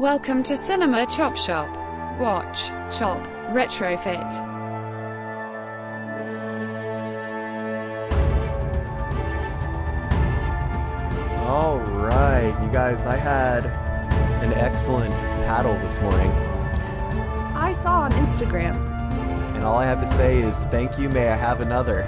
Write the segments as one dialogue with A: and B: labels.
A: Welcome to Cinema Chop Shop. Watch, chop, retrofit.
B: All right, you guys, I had an excellent paddle this morning,
C: I saw on Instagram.
B: and all I have to say is thank you, may I have another.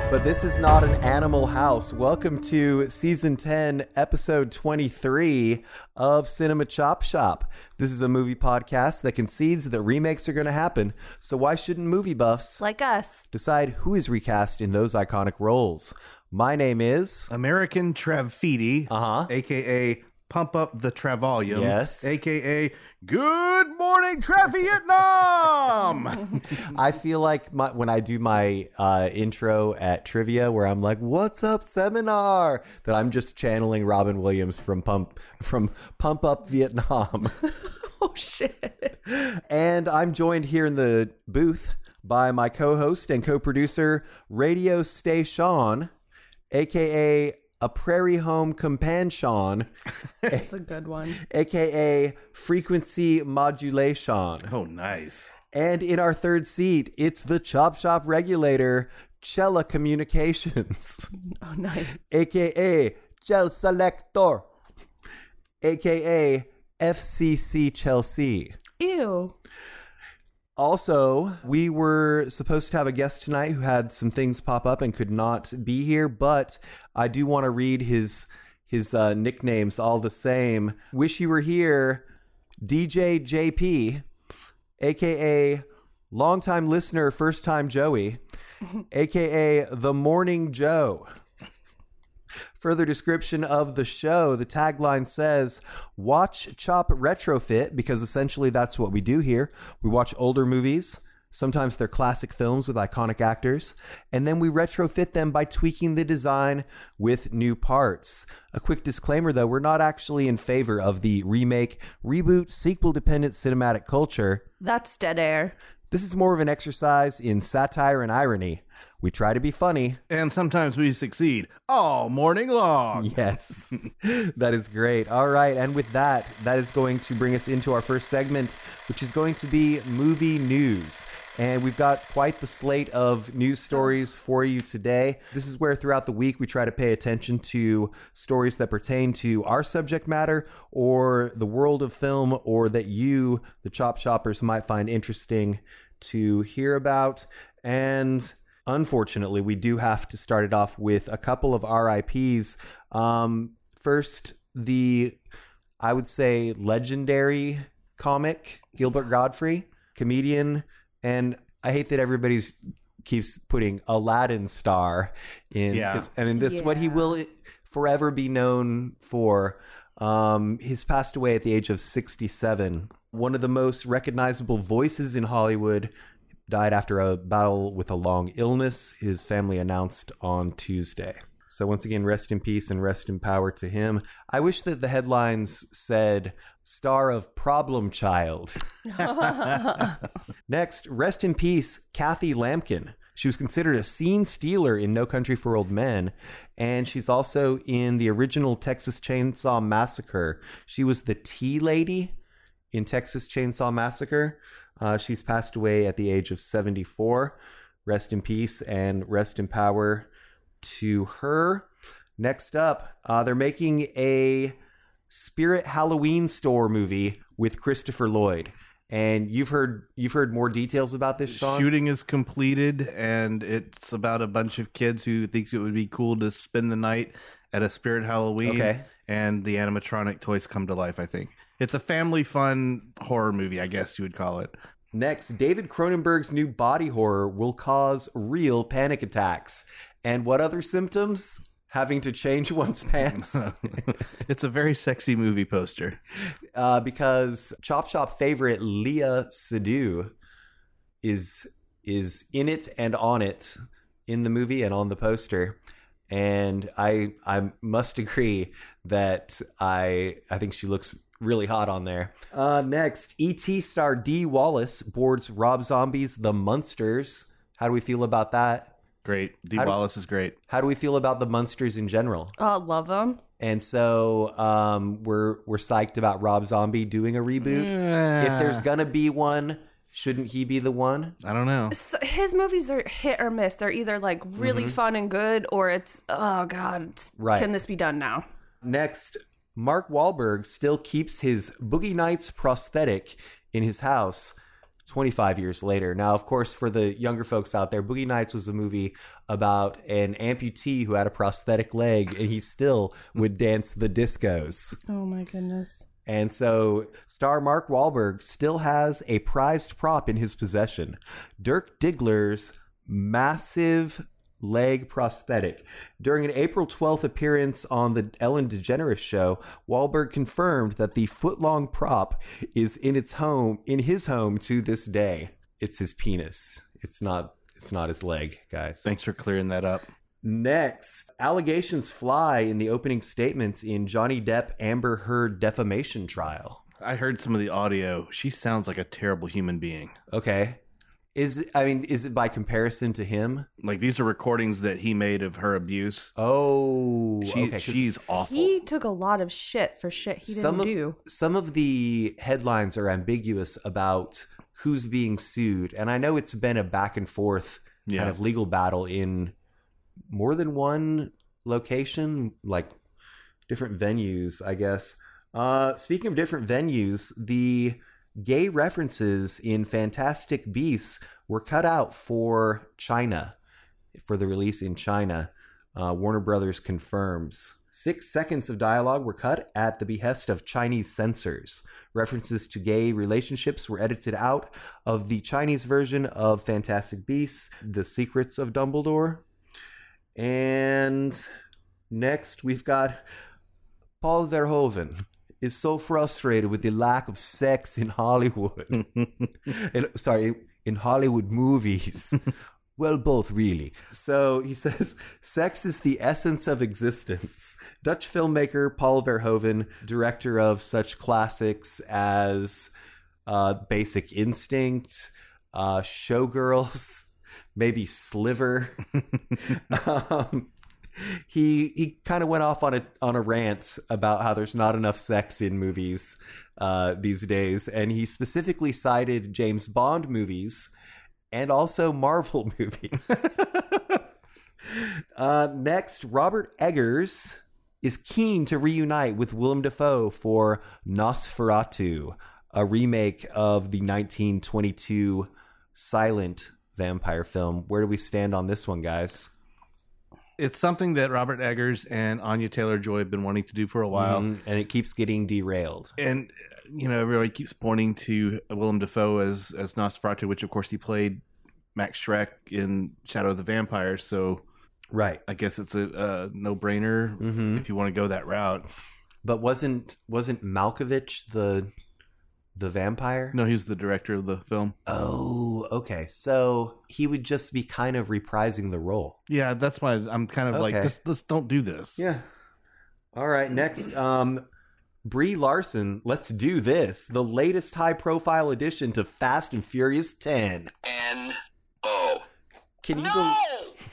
B: but this is not an animal house. Welcome to season 10, episode 23 of Cinema Chop Shop. This is a movie podcast that concedes that remakes are going to happen, so why shouldn't movie buffs
C: Like us.
B: decide who is recast in those iconic roles? My name is.
D: American Trev Feedy,
B: Uh huh.
D: aka Pump Up the Trevolume,
B: Yes.
D: aka Good Morning Trev Vietnam.
B: I feel like my, when I do my uh, intro at trivia, where I'm like, "What's up, seminar?" that I'm just channeling Robin Williams from Pump from Pump Up Vietnam,
C: Oh shit.
B: and I'm joined here in the booth by my co-host and co-producer, Radio Station, aka a Prairie Home Companion, Sean,
C: That's a good one.
B: aka Frequency Modulation.
D: oh, nice.
B: And in our third seat, it's the Chop Shop regulator, Chella Communications,
C: Oh nice.
B: aka Chel Selector, aka FCC Chelsea.
C: Ew.
B: Also, we were supposed to have a guest tonight who had some things pop up and could not be here, but I do want to read his his uh, nicknames all the same. Wish you were here, DJ JP, aka longtime listener, first time Joey, aka the Morning Joe. Further description of the show the tagline says, Watch, chop, retrofit, because essentially that's what we do here. We watch older movies. Sometimes they're classic films with iconic actors, and then we retrofit them by tweaking the design with new parts. A quick disclaimer though, we're not actually in favor of the remake, reboot, sequel dependent cinematic culture.
C: That's dead air.
B: This is more of an exercise in satire and irony. We try to be funny,
D: And sometimes we succeed all morning long.
B: Yes, that is great. All right, and with that, that is going to bring us into our first segment, which is going to be movie news. And we've got quite the slate of news stories for you today. This is where throughout the week we try to pay attention to stories that pertain to our subject matter or the world of film or that you, the Chop Shoppers, might find interesting to hear about. And unfortunately, we do have to start it off with a couple of RIPs. Um, first, the I would say legendary comic Gilbert Godfrey, comedian, and I hate that everybody's keeps putting Aladdin star in.
D: Yeah.
B: 'cause- I mean that's what he
C: Yeah.
B: will forever be known for. Um, he's passed away at the age of 67. One of the most recognizable voices in Hollywood died after a battle with a long illness, his family announced on Tuesday. So, once again, rest in peace and rest in power to him. I wish that the headlines said, Star of Problem Child. Next, rest in peace, Kathy Lampkin. She was considered a scene stealer in No Country for Old Men, and she's also in the original Texas Chainsaw Massacre. She was the tea lady in Texas Chainsaw Massacre. Uh, she's passed away at the age of 74. Rest in peace and rest in power to her. Next up, uh, they're making a Spirit Halloween Store movie with Christopher Lloyd. And you've heard you've heard more details about this, Sean.
D: Shooting is completed, and it's about a bunch of kids who thinks it would be cool to spend the night at a Spirit Halloween.
B: Okay.
D: And the animatronic toys come to life. I think it's a family fun horror movie. I guess you would call it.
B: Next, David Cronenberg's new body horror will cause real panic attacks. And what other symptoms? Having to change one's pants.
D: it's a very sexy movie poster.
B: uh, because Chop Shop favorite Leah Sadu is is in it and on it in the movie and on the poster. And I I must agree that I I think she looks really hot on there. Uh, next, ET star Dee Wallace boards Rob Zombie's The Munsters. How do we feel about that?
D: Great. D.
B: How do-
D: Wallace is great.
B: How do we feel about the Munsters in general?
C: Oh, love them.
B: And so um, we're we're psyched about Rob Zombie doing a reboot.
D: Ah.
B: If there's gonna be one, shouldn't he be the one?
D: I don't know.
C: So his movies are hit or miss. They're either like really fun and good, or it's oh god, it's-
B: Mm-hmm. Right.
C: Can this be done now?
B: Next, Mark Wahlberg still keeps his Boogie Nights prosthetic in his house 25 years later. Now, of course, for the younger folks out there, Boogie Nights was a movie about an amputee who had a prosthetic leg and he still would dance the discos.
C: Oh my goodness.
B: And so, star Mark Wahlberg still has a prized prop in his possession Dirk Diggler's massive leg prosthetic. During an April 12th appearance on The Ellen DeGeneres Show, Wahlberg confirmed that the foot long prop is in its home, in his home to this day. It's his penis. It's not. It's not his leg, guys.
D: Thanks for clearing that up.
B: Next, allegations fly in the opening statements in Johnny Depp Amber Heard defamation trial.
D: I heard some of the audio. She sounds like a terrible human being.
B: Okay. Is I mean, is it by comparison to him?
D: Like these are recordings that he made of her abuse.
B: Oh,
D: She,
B: okay. 'cause
D: she's awful.
C: He took a lot of shit for shit he didn't
B: some of,
C: do.
B: Some of the headlines are ambiguous about who's being sued, and I know it's been a back and forth
D: yeah.
B: kind of legal battle in more than one location, like different venues, I guess. Uh, speaking of different venues, the gay references in Fantastic Beasts were cut out for China, for the release in China. Uh, Warner Brothers confirms. Six seconds of dialogue were cut at the behest of Chinese censors. References to gay relationships were edited out of the Chinese version of Fantastic Beasts, The Secrets of Dumbledore. And next we've got Paul Verhoeven is so frustrated with the lack of sex in Hollywood. In- sorry, in Hollywood movies. Well, both really. So he says, sex is the essence of existence. Dutch filmmaker Paul Verhoeven, director of such classics as uh, Basic Instinct, uh, Showgirls, maybe Sliver. um, he he kind of went off on a on a rant about how there's not enough sex in movies uh, these days, and he specifically cited James Bond movies and also Marvel movies. uh, next, Robert Eggers is keen to reunite with Willem Dafoe for Nosferatu, a remake of the 1922 silent vampire film. Where do we stand on this one, guys?
D: it's something that Robert Eggers and Anya Taylor Joy have been wanting to do for a while.
B: Mhm. And it keeps getting derailed.
D: and you know everybody keeps pointing to Willem Dafoe as as Nosferatu, which of course he played Max Shrek in Shadow of the Vampire. So
B: Right.
D: I guess it's a, uh no brainer
B: hmm
D: if you want to go that route.
B: But wasn't wasn't Malkovich the the vampire?
D: No, he's the director of the film.
B: Oh, okay. So he would just be kind of reprising the role.
D: Yeah, that's why I'm kind of like
B: Okay.
D: let's, let's don't do this.
B: Yeah. All right. Next, um, Brie Larson. Let's do this. The latest high-profile addition to Fast and Furious Ten.
E: N O.
B: Can you bel-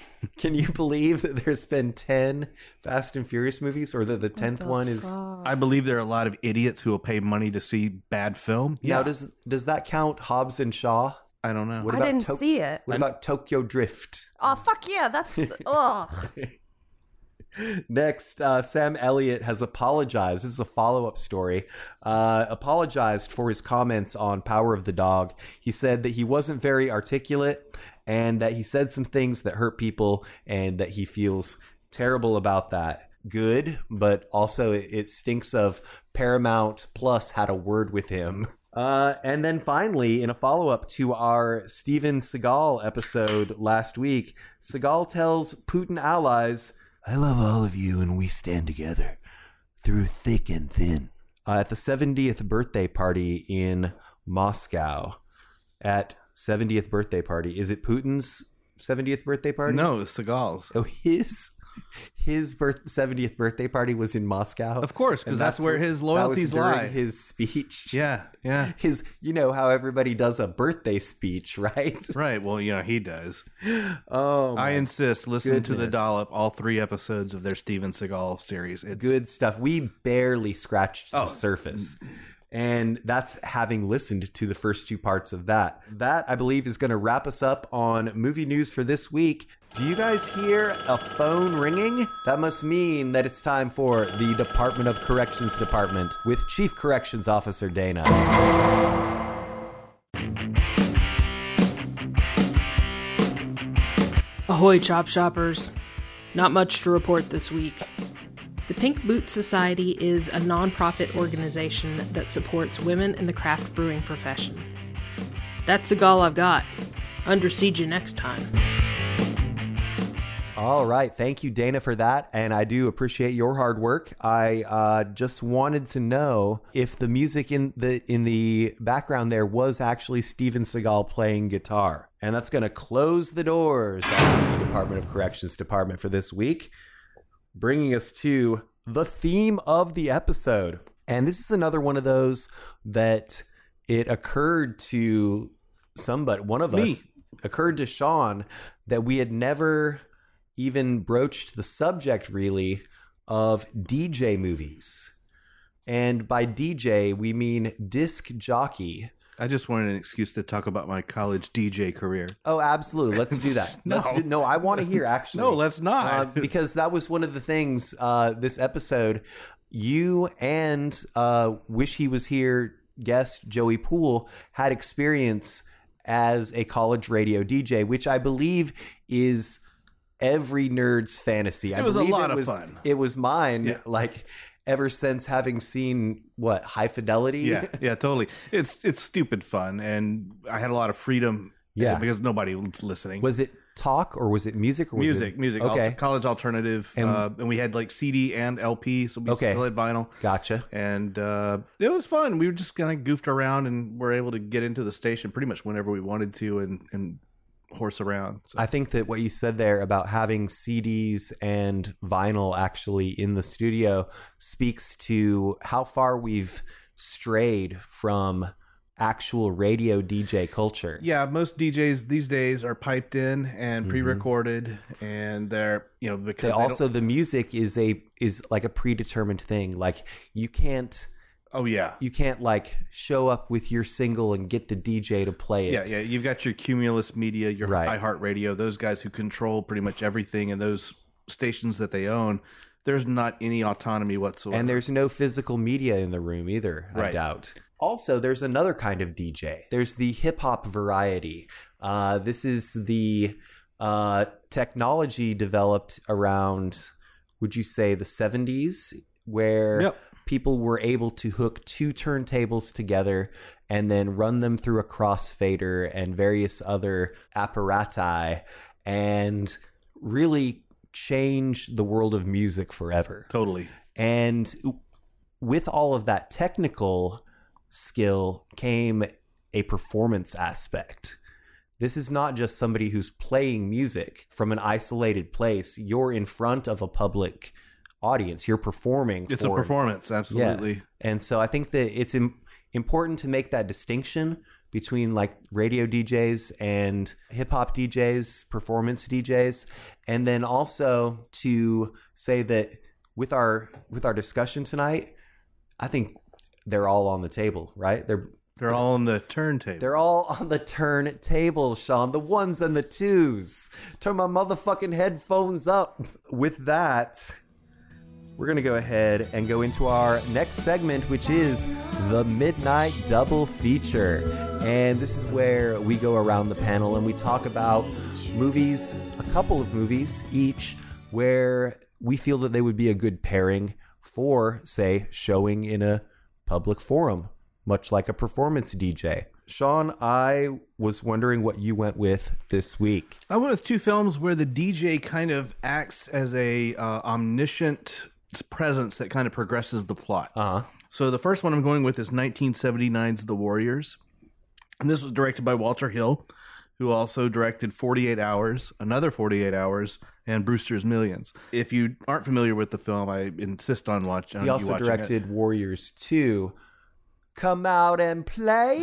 B: can you believe that there's been ten Fast and Furious movies, or that the tenth one is?
D: I believe there are a lot of idiots who will pay money to see bad film.
B: Now, does does that count Hobbs and Shaw?
D: I don't know.
B: What
C: I
B: about
C: didn't
B: Tok-
C: see it.
B: What about Tokyo Drift?
C: Oh fuck yeah, that's ugh.
B: Next, uh, Sam Elliott has apologized. This is a follow up story. Uh, apologized for his comments on Power of the Dog. He said that he wasn't very articulate and that he said some things that hurt people and that he feels terrible about that. Good, but also it, it stinks of Paramount Plus had a word with him. Uh, and then finally, in a follow up to our Steven Seagal episode last week, Seagal tells Putin allies I love all of you, and we stand together through thick and thin. Uh, at the 70th birthday party in Moscow, at 70th birthday party, is it Putin's 70th birthday party?
D: No, it's Seagal's.
B: Oh, his? his birth 70th birthday party was in Moscow.
D: Of course,
B: And
D: because that's, where
B: wh-
D: his
B: that was
D: loyalties
B: during
D: lie.
B: His speech.
D: yeah, yeah.
B: His, you know, how everybody does a birthday speech, right?
D: Right. Well, you know, he does.
B: Oh, my
D: I insist. Listen to the
B: goodness.
D: dollop. All three episodes of their Steven Seagal series. It's
B: good stuff. We barely scratched
D: Oh.
B: the surface. And that's having listened to the first two parts of that. That, I believe, is going to wrap us up on movie news for this week. Do you guys hear a phone ringing? That must mean that it's time for the Department of Corrections Department with Chief Corrections Officer Dana.
F: Ahoy, Chop Shoppers. Not much to report this week. The Pink Boot Society is a nonprofit organization that supports women in the craft brewing profession. That's a all I've got. Under siege you next time.
B: All right. Thank you, Dana, for that. And I do appreciate your hard work. I uh, just wanted to know if the music in the in the background there was actually Steven Seagal playing guitar. And that's going to close the doors on the Department of Corrections Department for this week, bringing us to the theme of the episode. And this is another one of those that it occurred to somebody, one of
D: Me.
B: us, occurred to Sean that we had never even broached the subject really of DJ movies. And by DJ, we mean disc jockey.
D: I just wanted an excuse to talk about my college DJ career.
B: Oh, absolutely. Let's do that.
D: No.
B: Let's do, no, I want to hear actually.
D: No, let's
B: Uh,
D: not.
B: because that was one of the things uh, this episode. You and uh, Wish He Was Here guest Joey Poole had experience as a college radio DJ, which I believe is every nerd's fantasy. I
D: It was a
B: believe
D: lot
B: it
D: of
B: was,
D: fun.
B: It was mine,
D: Yeah.
B: like ever since having seen what High Fidelity.
D: yeah, yeah, totally. It's it's stupid fun, and I had a lot of freedom.
B: Yeah.
D: because nobody was listening.
B: was it talk or was it music? Or was
D: music,
B: it-
D: music,
B: Okay,
D: al- college alternative,
B: And-
D: and, uh, and we had like CD and LP, so we
B: Okay.
D: played vinyl,
B: gotcha.
D: and uh, it was fun. We were just kind of goofed around, and were able to get into the station pretty much whenever we wanted to, and and horse around. So,
B: I think that what you said there about having CDs and vinyl actually in the studio speaks to how far we've strayed from actual radio DJ culture.
D: yeah, most DJs these days are piped in and
B: Mhm.
D: pre-recorded, and they're you know because
B: They
D: they don't-
B: also the music is a is like a predetermined thing. Like you can't
D: oh yeah.
B: you can't like show up with your single and get the DJ to play it.
D: Yeah, yeah. You've got your Cumulus Media, your
B: Right.
D: iHeartRadio, those guys who control pretty much everything, and those stations that they own. There's not any autonomy whatsoever.
B: And there's no physical media in the room either, I
D: Right.
B: doubt. Also, there's another kind of DJ. There's the hip hop variety. Uh, this is the uh, technology developed around, would you say, the 70s, where
D: Yep.
B: people were able to hook two turntables together and then run them through a crossfader and various other apparati and really change the world of music forever.
D: totally.
B: And with all of that technical skill came a performance aspect. This is not just somebody who's playing music from an isolated place. You're in front of a public audience. You're performing.
D: It's
B: for-
D: a performance, absolutely.
B: And so I think that it's Im- important to make that distinction between like radio DJs and hip hop DJs, performance DJs, and then also to say that with our with our discussion tonight, I think they're all on the table, right? They're
D: They're all on the turntable.
B: they're all on the turntable, Sean. The ones and the twos. Turn my motherfucking headphones up. With that, we're going to go ahead and go into our next segment, which is the Midnight Double Feature. And this is where we go around the panel and we talk about movies, a couple of movies each, where we feel that they would be a good pairing for, say, showing in a public forum, much like a performance DJ. Sean, I was wondering what you went with this week.
D: I went with two films where the DJ kind of acts as a uh, omniscient presence that kind of progresses the plot.
B: Uh huh.
D: So the first one I'm going with is 1979's The Warriors. And this was directed by Walter Hill, who also directed 48 Hours, another 48 Hours, and Brewster's Millions. If you aren't familiar with the film, I insist on watch, on
B: He
D: you
B: also
D: watching
B: directed
D: It.
B: Warriors 2. Come out and
D: I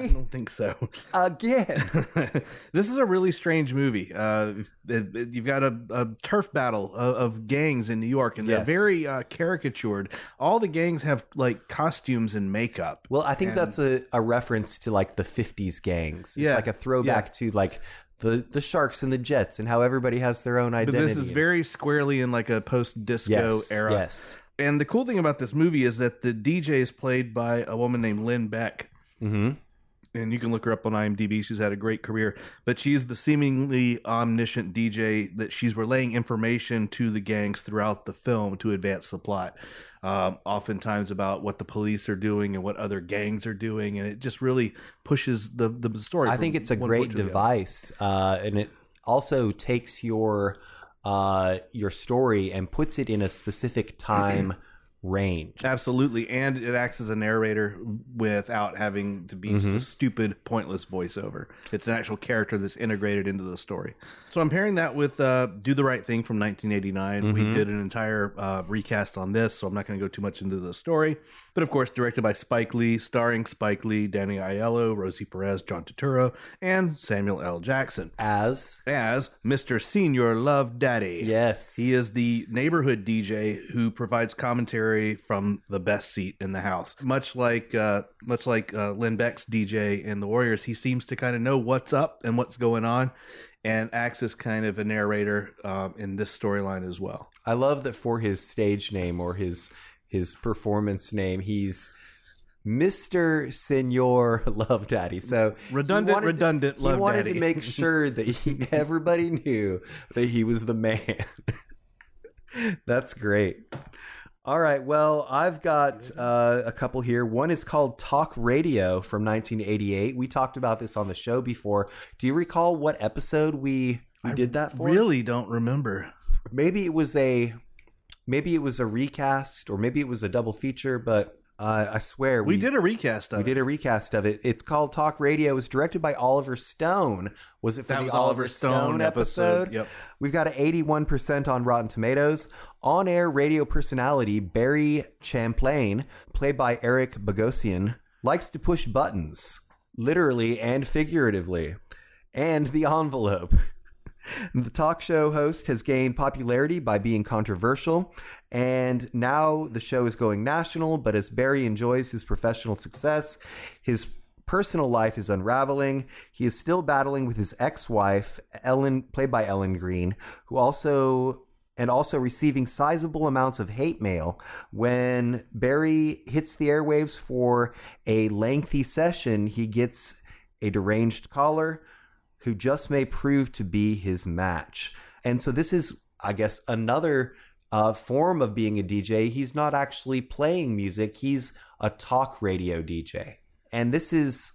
B: play
D: don't think so.
B: again.
D: this is a really strange movie. Uh, it- it- you've got a, a turf battle of, of gangs in New York, and they're
B: Yes.
D: very uh, caricatured. All the gangs have like costumes and makeup.
B: Well, I think
D: And-
B: that's a, a reference to like the 50s gangs. It's
D: Yeah,
B: like a throwback to like the, the Sharks and the Jets and how everybody has their own
D: But
B: identity.
D: this is very squarely in like a post disco
B: yes,
D: era.
B: Yes.
D: And the cool thing about this movie is that the DJ is played by a woman named Lynn Beck.
B: Mm-hmm.
D: And you can look her up on IMDb. She's had a great career, but she's the seemingly omniscient DJ that she's relaying information to the gangs throughout the film to advance the plot. Um, oftentimes about what the police are doing and what other gangs are doing, and it just really pushes the the story.
B: I
D: from
B: think it's a
D: one
B: great
D: point to the other.
B: device, uh, and it also takes your uh, your story and puts it in a specific time range.
D: Absolutely, and it acts as a narrator without having to be just a stupid, pointless voiceover. It's an actual character that's integrated into the story. So I'm pairing that with uh, "Do the Right Thing" from 1989. We did an entire uh, recast on this, so I'm not going to go too much into the story. But of course, directed by Spike Lee, starring Spike Lee, Danny Aiello, Rosie Perez, John Turturro, and Samuel L. Jackson
B: As
D: as Mr. Senior Love Daddy.
B: yes,
D: He is the neighborhood DJ who provides commentary from the best seat in the house. Much like uh, much like uh, Lynn Beck's DJ in the Warriors, he seems to kind of know what's up and what's going on, and acts as kind of a narrator um, in this storyline as well.
B: I love that for his stage name or his his performance name, he's Mister Senor Love Daddy. So he
D: Redundant,
B: wanted to-
D: redundant
B: he
D: Love
B: wanted
D: Daddy.
B: to make sure that he, everybody knew that he was the man. That's great. All right. Well, I've got uh, a couple here. One is called Talk Radio from 1988. We talked about this on the show before. Do you recall what episode we, we
D: I
B: did that for?
D: Really, don't remember.
B: Maybe it was a maybe it was a recast or maybe it was a double feature, but uh, I swear
D: We, did a recast of
B: we
D: it.
B: did a recast of it. It's called Talk Radio. It was directed by Oliver Stone. Was it for
D: that
B: the
D: was Oliver Stone, episode. Yep.
B: We've got an 81% on Rotten Tomatoes. On air radio personality Barry Champlain, played by Eric Bogosian, likes to push buttons, literally and figuratively, and the envelope. The talk show host has gained popularity by being controversial, and now the show is going national. But as Barry enjoys his professional success, his personal life is unraveling. He is still battling with his ex wife, Ellen, played by Ellen Green, who also. And also receiving sizable amounts of hate mail when Barry hits the airwaves for a lengthy session. He gets a deranged caller who just may prove to be his match. And so this is, I guess, another uh, form of being a DJ. He's not actually playing music, he's a talk radio DJ. And this is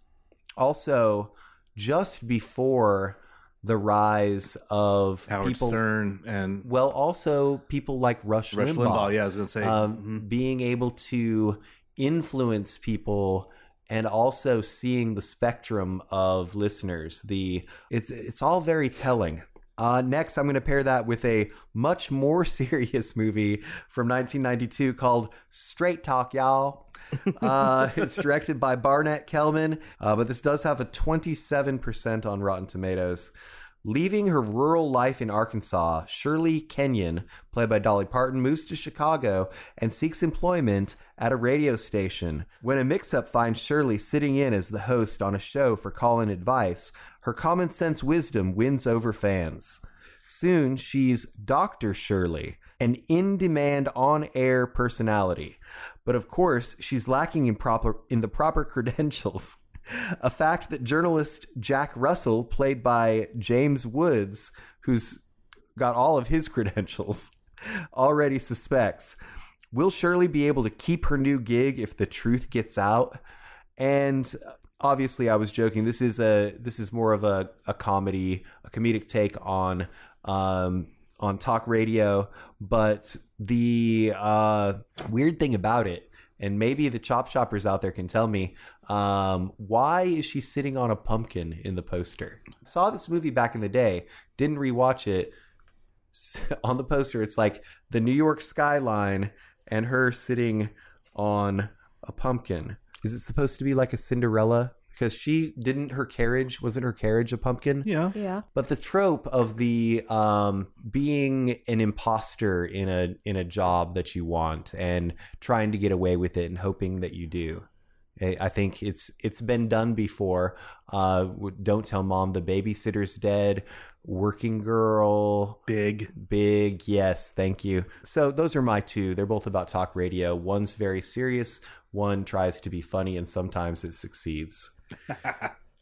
B: also just before the rise of
D: Howard
B: people.
D: Stern and
B: Well, also people like Rush,
D: Rush Limbaugh. Yeah, I was going to say.
B: um,
D: mhm.
B: being able to influence people and also seeing the spectrum of listeners the it's it's all very telling uh, next i'm going to pair that with a much more serious movie from 1992 called straight talk y'all uh, it's directed by barnett kelman uh, but this does have a 27% on rotten tomatoes Leaving her rural life in Arkansas, Shirley Kenyon, played by Dolly Parton, moves to Chicago and seeks employment at a radio station. When a mix up finds Shirley sitting in as the host on a show for call in advice, her common sense wisdom wins over fans. Soon, she's Dr. Shirley, an in demand on air personality. But of course, she's lacking in, proper, in the proper credentials. A fact that journalist Jack Russell, played by James Woods, who's got all of his credentials, already suspects. Will Shirley be able to keep her new gig if the truth gets out? And obviously, I was joking. This is a this is more of a, a comedy, a comedic take on um, on talk radio. But the uh, weird thing about it, and maybe the chop shoppers out there can tell me, um, why is she sitting on a pumpkin in the poster? Saw this movie back in the day, didn't rewatch it. s- on the poster, it's like the New York skyline and her sitting on a pumpkin. Is it supposed to be like a Cinderella? Because she didn't her carriage wasn't her carriage a pumpkin?
D: Yeah.
C: Yeah.
B: But the trope of the um, being an imposter in a in a job that you want and trying to get away with it and hoping that you do, I I think it's it's been done before. Uh, w- Don't tell mom the babysitter's dead. Working girl,
D: Big.
B: big yes, thank you. So those are my two. They're both about talk radio. One's very serious. One tries to be funny, and sometimes it succeeds.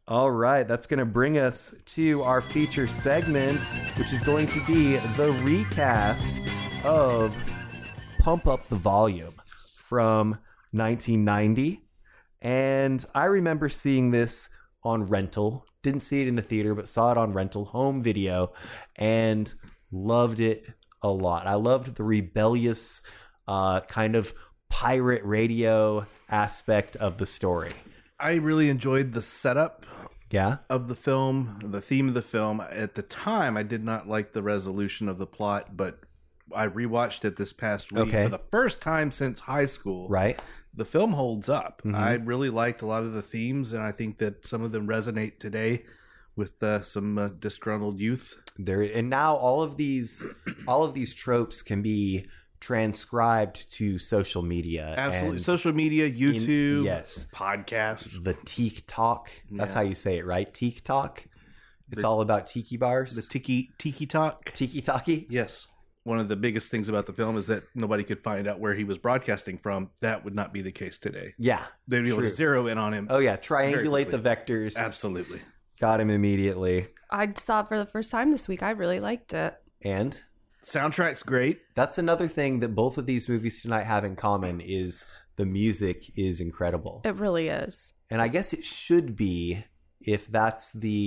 B: All right, that's going to bring us to our feature segment, which is going to be the recast of Pump Up the Volume from 1990. And I remember seeing this on rental. Didn't see it in the theater, but saw it on rental home video and loved it a lot. I loved the rebellious uh, kind of pirate radio aspect of the story.
D: I really enjoyed the setup
B: Yeah.
D: of the film, the theme of the film. At the time, I did not like the resolution of the plot, but I rewatched it this past week
B: Okay.
D: for the first time since high school.
B: Right. Mm-hmm.
D: The film holds up. I really liked a lot of the themes, and I think that some of them resonate today with uh, some uh, disgruntled youth.
B: there and now all of these all of these tropes can be transcribed to social media
D: Absolutely.
B: and
D: Social media, YouTube,
B: yes.
D: podcasts.
B: the tiktok that's
D: Yeah.
B: how you say it right tiktok it's all about tiki bars
D: The tiki tiki talk.
B: tiki taki
D: Yes. One of the biggest things about the film is that nobody could find out where he was broadcasting from. That would not be the case today.
B: yeah
D: They'd be able to
B: True.
D: zero in on him.
B: oh yeah triangulate the
D: quickly.
B: vectors
D: Absolutely.
B: got him immediately
C: I saw it for the first time this week. I really liked it.
B: and
D: Soundtrack's great.
B: that's another thing that both of these movies tonight have in common is the music is incredible
C: It really is.
B: And I guess it should be if that's the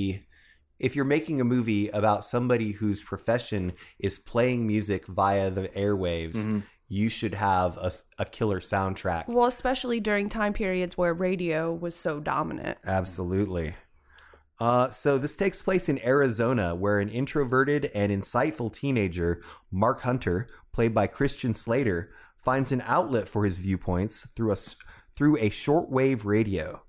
B: if you're making a movie about somebody whose profession is playing music via the airwaves, you should have a, s- a killer soundtrack.
C: Well, especially during time periods where radio was so dominant.
B: Absolutely. Uh, so this takes place in Arizona, where an introverted and insightful teenager, Mark Hunter, played by Christian Slater, finds an outlet for his viewpoints through a s- through a shortwave radio,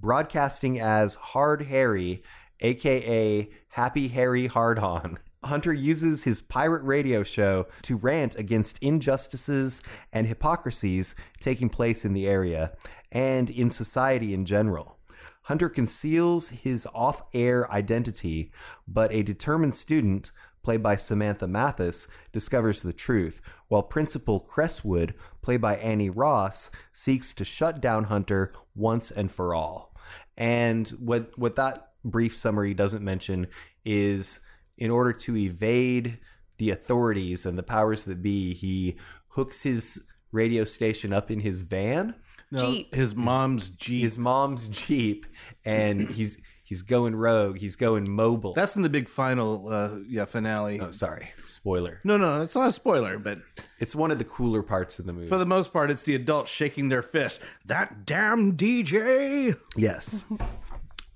B: broadcasting as Hard Harry, aka Happy Harry Hard On. Hunter uses his pirate radio show to rant against injustices and hypocrisies taking place in the area and in society in general. Hunter conceals his off air identity, but a determined student, played by Samantha Mathis, discovers the truth, while Principal Cresswood, played by Annie Ross, seeks to shut down Hunter once and for all. And what, what that brief summary doesn't mention is in order to evade the authorities and the powers that be, he hooks his radio station up in his van
C: Jeep.
D: His mom's Jeep.
B: his mom's jeep and he's he's going rogue he's going mobile
D: That's in the big final uh, yeah, finale.
B: oh, sorry spoiler
D: no, no, it's not a spoiler, but
B: it's one of the cooler parts of the movie
D: for the most part, it's the adults shaking their fist. That damn DJ.
B: yes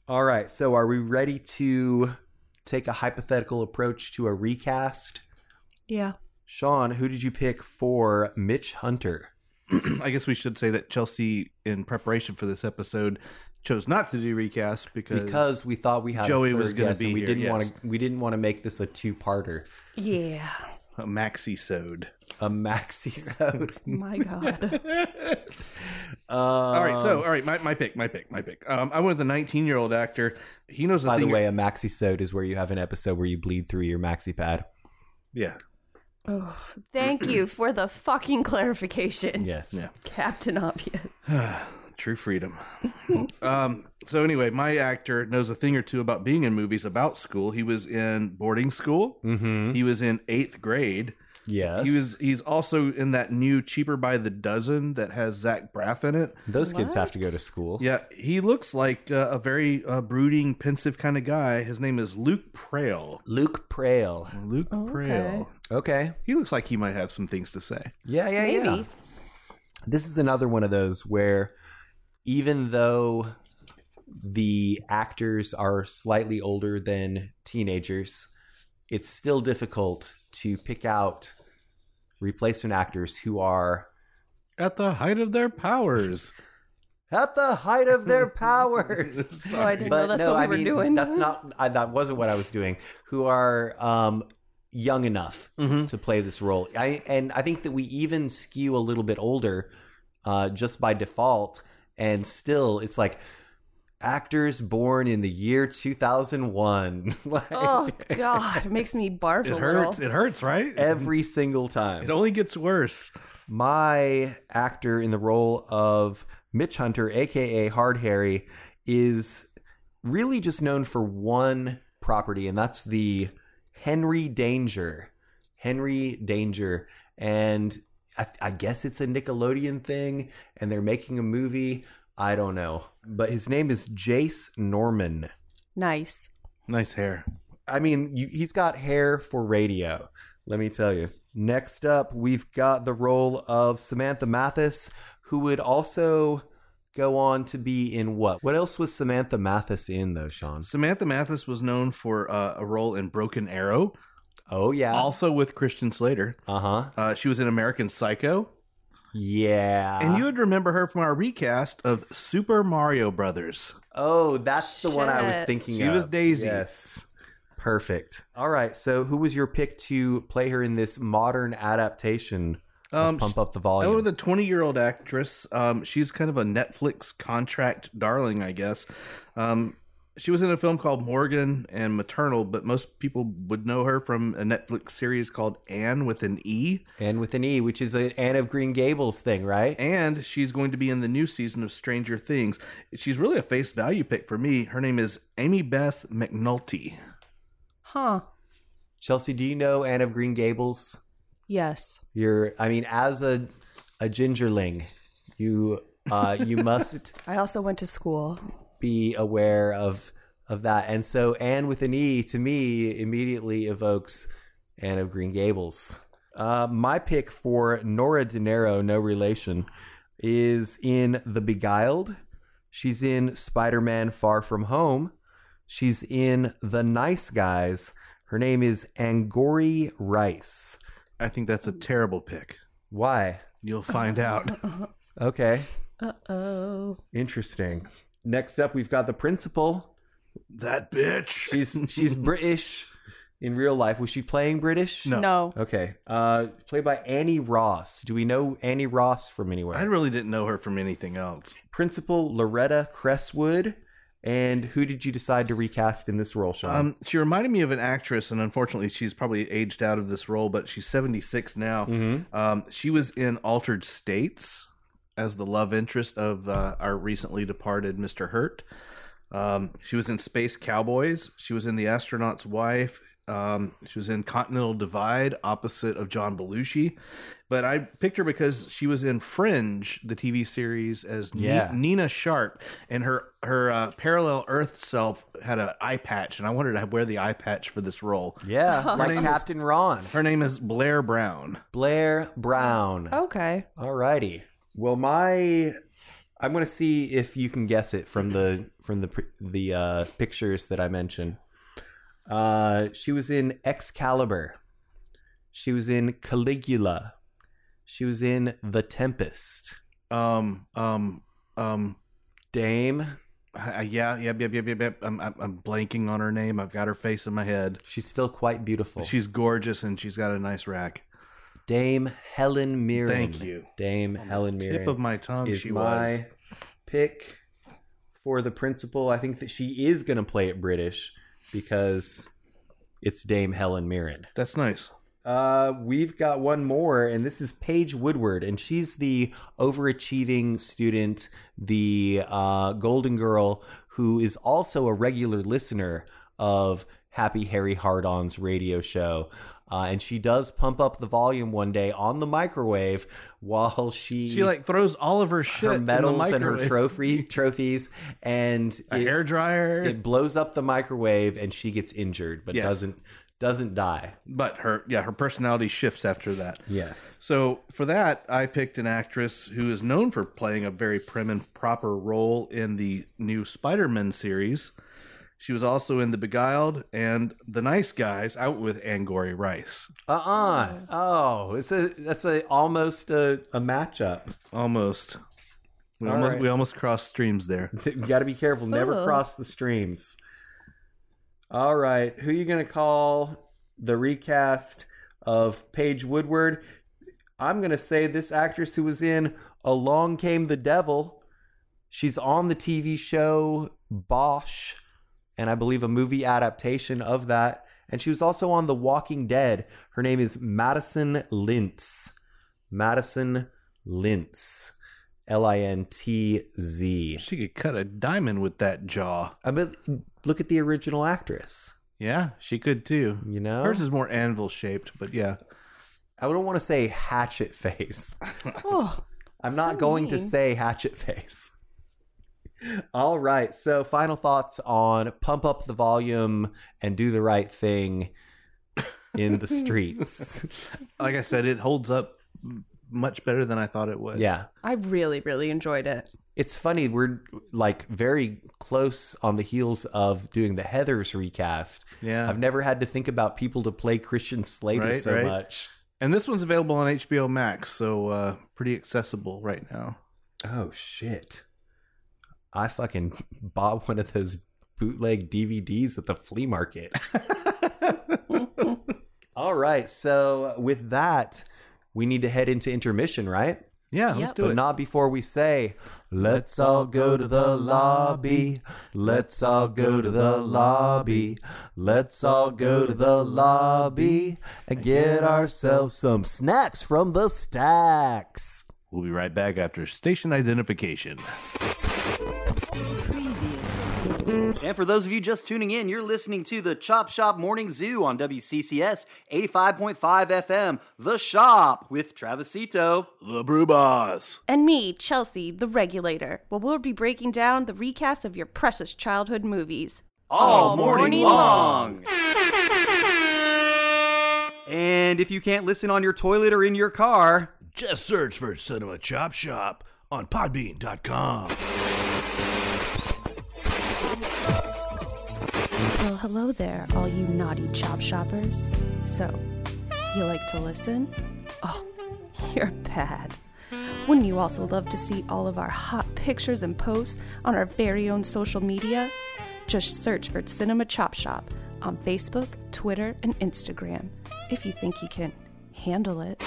B: all right so are we ready to take a hypothetical approach to a recast
C: Yeah.
B: sean who did you pick for mitch hunter
D: I guess we should say that Chelsea, in preparation for this episode, chose not to do recast because,
B: because we thought we had a
D: Joey was
B: third
D: gonna
B: guest and
D: be
B: we
D: here,
B: didn't
D: yes.
B: want to we didn't want to make this a two-parter
C: Yeah.
D: a maxi sewed.
B: a maxi sode
C: My God.
B: Uh,
D: all right, so all right, my, my pick, my pick, my pick. Um, I went with a 19 year old actor. He knows. A
B: by the
D: thing
B: way a maxi sode is where you have an episode where you bleed through your maxi pad
D: yeah,
C: oh, thank you for the fucking clarification,
B: yes
D: Yeah.
C: Captain Obvious.
D: True freedom. um, so anyway, my actor knows a thing or two about being in movies about school. He was in boarding school.
B: mm-hmm
D: He was in eighth grade.
B: yes
D: He was. He's also in that new cheaper by the dozen that has Zach Braff in it.
B: Those kids have to go to school.
D: Yeah, he looks like uh, a very uh, brooding, pensive kind of guy. His name is Luke Prale.
B: Luke Prale.
D: Luke Prale.
B: Okay.
D: He looks like he might have some things to say.
B: Yeah, yeah, yeah.
C: Maybe.
B: This is another one of those where even though the actors are slightly older than teenagers, it's still difficult to pick out replacement actors who are
D: At the height of their powers.
B: at the height of their powers.
C: Oh, I didn't know that's what we were doing.
B: that's not I, that wasn't what I was doing. Who are um, young enough to play this role? I and I think that we even skew a little bit older uh, just by default, and still it's like actors born in the year two thousand one. like
C: Oh God, it makes me barf
D: It
C: a
D: hurts.
C: little.
D: It hurts, right?
B: every single time.
D: It only gets worse.
B: my actor in the role of Mitch Hunter, aka Hard Harry, is really just known for one property, and that's the Henry Danger. Henry Danger. And I, I guess it's a Nickelodeon thing, and they're making a movie. I don't know. But his name is Jace Norman.
C: Nice.
D: Nice hair.
B: I mean, you, he's got hair for radio. Let me tell you. Next up, we've got the role of Samantha Mathis, who would also go on to be in what? What else was Samantha Mathis in, though, Sean?
D: Samantha Mathis was known for uh, a role in Broken Arrow,
B: Oh, yeah.
D: also with Christian Slater.
B: Uh huh.
D: Uh, she was in American Psycho,
B: Yeah.
D: and you would remember her from our recast of Super Mario Brothers.
B: Oh, that's the one I was
C: Shit.
B: thinking
D: She
B: of.
D: was Daisy.
B: Yes. Perfect. All right. So, who was your pick to play her in this modern adaptation? of
D: Um,
B: Pump up the
D: Oh,
B: volume.
D: with a 20 year old actress. Um, she's kind of a Netflix contract darling, I guess. Um, she was in a film called Morgan and Maternal, but most people would know her from a Netflix series called Anne with an E.
B: and with an E, which is an Anne of Green Gables thing, right?
D: And she's going to be in the new season of Stranger Things. She's really a face value pick for me. Her name is Amy Beth McNulty.
C: Huh.
B: Chelsea, do you know Anne of Green Gables?
C: Yes.
B: You're, I mean, as a a gingerling, you uh, you must
C: I also went to school.
B: be aware of of that. And so, Anne with an E to me immediately evokes Anne of Green Gables. Uh, my pick for Nora De Niro, no relation, is in The Beguiled. She's in Spider Man Far From Home. She's in The Nice Guys. Her name is Angori Rice.
D: I think that's a terrible pick.
B: Why?
D: You'll find out.
B: Okay.
C: Uh oh.
B: Interesting. Next up, we've got the principal.
D: that bitch.
B: She's she's British in real life. Was she playing British?
D: No.
C: No.
B: Okay. Uh, played by Annie Ross. Do we know Annie Ross from anywhere?
D: I really didn't know her from anything else.
B: principal Loretta Cresswood. And who did you decide to recast in this role, Sean?
D: Um, she reminded me of an actress, and unfortunately, she's probably aged out of this role, but she's 76 now.
B: Mhm.
D: Um, she was in Altered States as the love interest of uh, our recently departed Mr. Hurt. Um, she was in Space Cowboys. She was in The Astronaut's Wife. Um, she was in Continental Divide, opposite of John Belushi. But I picked her because she was in Fringe, the TV series, as Ni-
B: Yeah.
D: Nina Sharp, and her her uh, parallel Earth self had an eye patch, and I wanted to wear the eye patch for this role.
B: Yeah, like
D: name is-
B: Captain Ron.
D: Her name is Blair Brown.
B: Blair Brown.
C: Okay.
B: Alrighty. Well, my I'm going to see if you can guess it from the from the pr- the uh, pictures that I mentioned. Uh, she was in Excalibur. She was in Caligula. She was in The Tempest.
D: Um, um, um.
B: Dame.
D: Uh, yeah, yep, yep, yep, yep, yep. I'm, I'm, I'm blanking on her name. I've got her face in my head.
B: She's still quite beautiful.
D: She's gorgeous and she's got a nice rack.
B: Dame Helen Mirren.
D: Thank you.
B: Dame Helen Mirren.
D: Tip of my tongue.
B: is
D: She
B: my
D: was.
B: pick for the principal. I think that she is going to play it British because it's Dame Helen Mirren.
D: That's nice.
B: Uh, we've got one more, and this is Paige Woodward, and she's the overachieving student, the uh, golden girl, who is also a regular listener of Happy Harry Hardon's radio show. Uh, and she does pump up the volume one day on the microwave while she
D: She like throws all of her shit
B: her medals
D: in the
B: and her
D: microwave.
B: trophy trophies, and
D: a
B: it,
D: hair dryer.
B: it blows up the microwave, and she gets injured, but
D: Yes.
B: doesn't doesn't die.
D: but her, yeah, her personality shifts after that.
B: Yes.
D: So for that, I picked an actress who is known for playing a very prim and proper role in the new Spider-Man series. She was also in The Beguiled and The Nice Guys out with Angourie Rice.
B: Uh uh Oh, it's a that's a almost a, a matchup.
D: Almost. We
B: All
D: almost
B: right.
D: we almost crossed streams there.
B: You got to be careful. Never
C: Ooh.
B: cross the streams. All right, who you gonna call the recast of Paige Woodward? I'm gonna say this actress who was in "Along Came the Devil." She's on the TV show Bosch, and I believe a movie adaptation of that. And she was also on The Walking Dead. Her name is Madison Lintz. Madison Lintz. L I N T Z.
D: She could cut a diamond with that jaw.
B: I mean, look at the original actress.
D: Yeah, she could too.
B: You know,
D: Hers is more anvil shaped, but yeah.
B: I don't want to say hatchet face.
C: Oh,
B: I'm not
C: So
B: going to
C: mean.
B: say hatchet face. All right. So, final thoughts on pump up the volume and do the right thing in the streets.
D: Like I said, it holds up much better than I thought it would.
B: yeah.
C: I really, really enjoyed it.
B: It's funny. We're like very close on the heels of doing the Heather's recast.
D: Yeah.
B: I've never had to think about people to play Christian Slater
D: Right,
B: so
D: right.
B: much.
D: and this one's available on HBO Max, so uh, pretty accessible right now.
B: Oh shit. I fucking bought one of those bootleg DVDs at the flea market. All right, so with that, we need to head into intermission, right?
D: Yeah, let's
C: Yep.
D: do
B: but
D: it.
B: not before we say, let's all go to the lobby. Let's all go to the lobby. Let's all go to the lobby and get ourselves some snacks from the stacks.
D: we'll be right back after station identification.
G: And for those of you just tuning in, you're listening to the Chop Shop Morning Zoo on WCCS 85.5 FM, The Shop with Travisito, The Brew Boss.
C: And me, Chelsea, the regulator. Well, we'll be breaking down the recast of your precious childhood movies.
G: all,
C: All morning
G: morning, long. And if you can't listen on your toilet or in your car,
H: Just search for Cinema Chop Shop on Podbean.com.
C: Well, hello there, all you naughty chop shoppers. So, you like to listen? Oh, you're bad. Wouldn't you also love to see all of our hot pictures and posts on our very own social media? Just search for Cinema Chop Shop on Facebook, Twitter, and Instagram if you think you can handle it.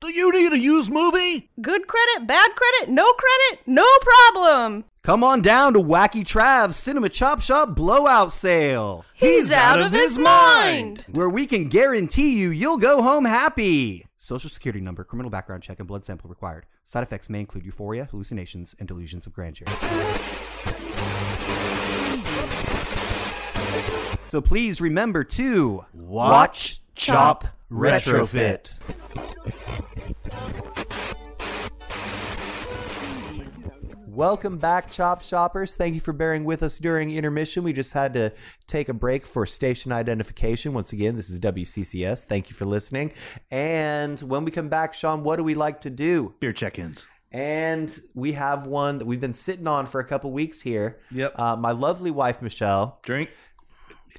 H: Do you need a used movie?
C: Good credit, bad credit, no credit, no problem!
G: come on down to Wacky Trav's Cinema Chop Shop Blowout Sale,
C: He's, out, of his mind.
G: where we can guarantee you you'll go home happy. Social security number, criminal background check, and blood sample required. Side effects may include euphoria, hallucinations, and delusions of grandeur. So please remember to watch, chop, retrofit.
B: Welcome back, Chop Shoppers. Thank you for bearing with us during intermission. We just had to take a break for station identification. Once again, this is WCCS. Thank you for listening. And when we come back, Sean, what do we like to do?
D: Beer check ins.
B: And we have one that we've been sitting on for a couple weeks here.
D: Yep.
B: Uh, my lovely wife, Michelle,
D: Drink.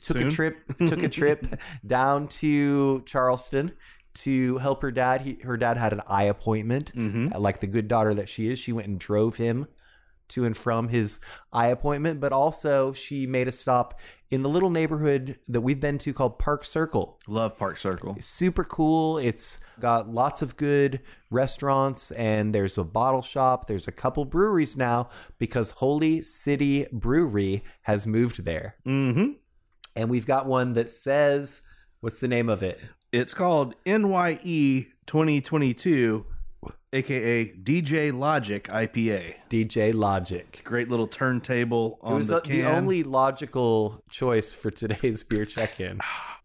B: took
D: Soon.
B: a trip took a trip down to Charleston to help her dad. He, her dad had an eye appointment. Uh, Like the good daughter that she is, she went and drove him to and from his eye appointment, but also she made a stop in the little neighborhood that we've been to called Park Circle.
D: Love Park Circle.
B: Super cool. It's got lots of good restaurants and there's a bottle shop. There's a couple breweries now because Holy City Brewery has moved there
D: Mm-hmm.
B: and we've got one that says what's the name of it
D: It's called E NYE 2022, aka DJ Logic IPA.
B: dj logic
D: Great little turntable on
B: it was
D: the
B: the,
D: can.
B: the only logical choice for today's beer check-in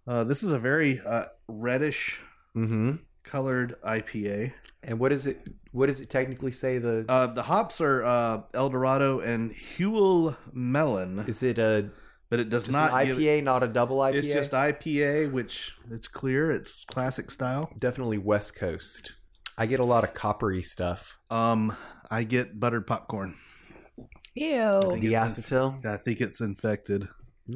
D: Uh, this is a very uh, reddish
B: mm-hmm.
D: colored IPA.
B: and what is it what does it technically say the
D: Uh, the hops are uh, Eldorado and Huel Melon,
B: is it a
D: but it does
B: just
D: not
B: an
D: give-
B: ipa not a double ipa
D: It's just IPA, which it's clear. It's classic style.
B: definitely west coast i get a lot of coppery stuff
D: Um, I get buttered popcorn. I
I: Ew.
D: think
B: The
D: it's
B: acetyl?
D: I think it's infected.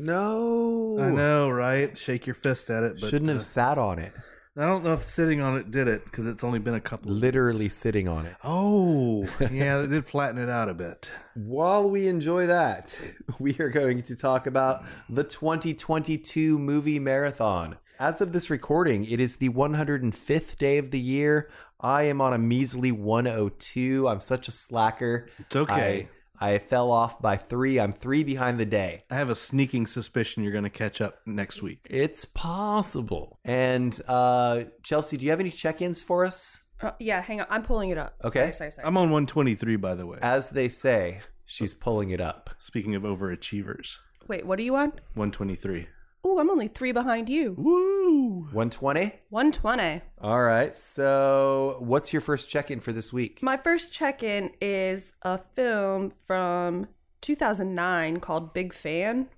B: No.
D: I know, right? Shake your fist at it. But,
B: Shouldn't
D: uh,
B: have sat on it.
D: I don't know if sitting on it did it because it's only been a couple. of
B: Literally sitting on it.
D: Oh, yeah, it did flatten it out a bit.
B: While we enjoy that, we are going to talk about the 2022 movie marathon. As of this recording, it is the 105th day of the year. I am on a measly 102. I'm such a slacker.
D: It's okay.
B: I, I fell off by three. I'm three behind the day.
D: I have a sneaking suspicion you're going to catch up next week.
B: It's possible. And uh, Chelsea, do you have any check ins for us?
I: Uh, yeah, hang on. I'm pulling it up.
B: Okay.
I: Sorry, sorry, sorry.
D: I'm on 123, by the way.
B: As they say, she's pulling it up.
D: Speaking of overachievers,
I: Wait, what are you on?
D: 123.
I: Ooh, I'm only three behind you.
D: Woo!
B: 120?
I: 120.
B: All right. So, what's your first check in for this week?
I: My first check in is a film from 2009 called Big Fan.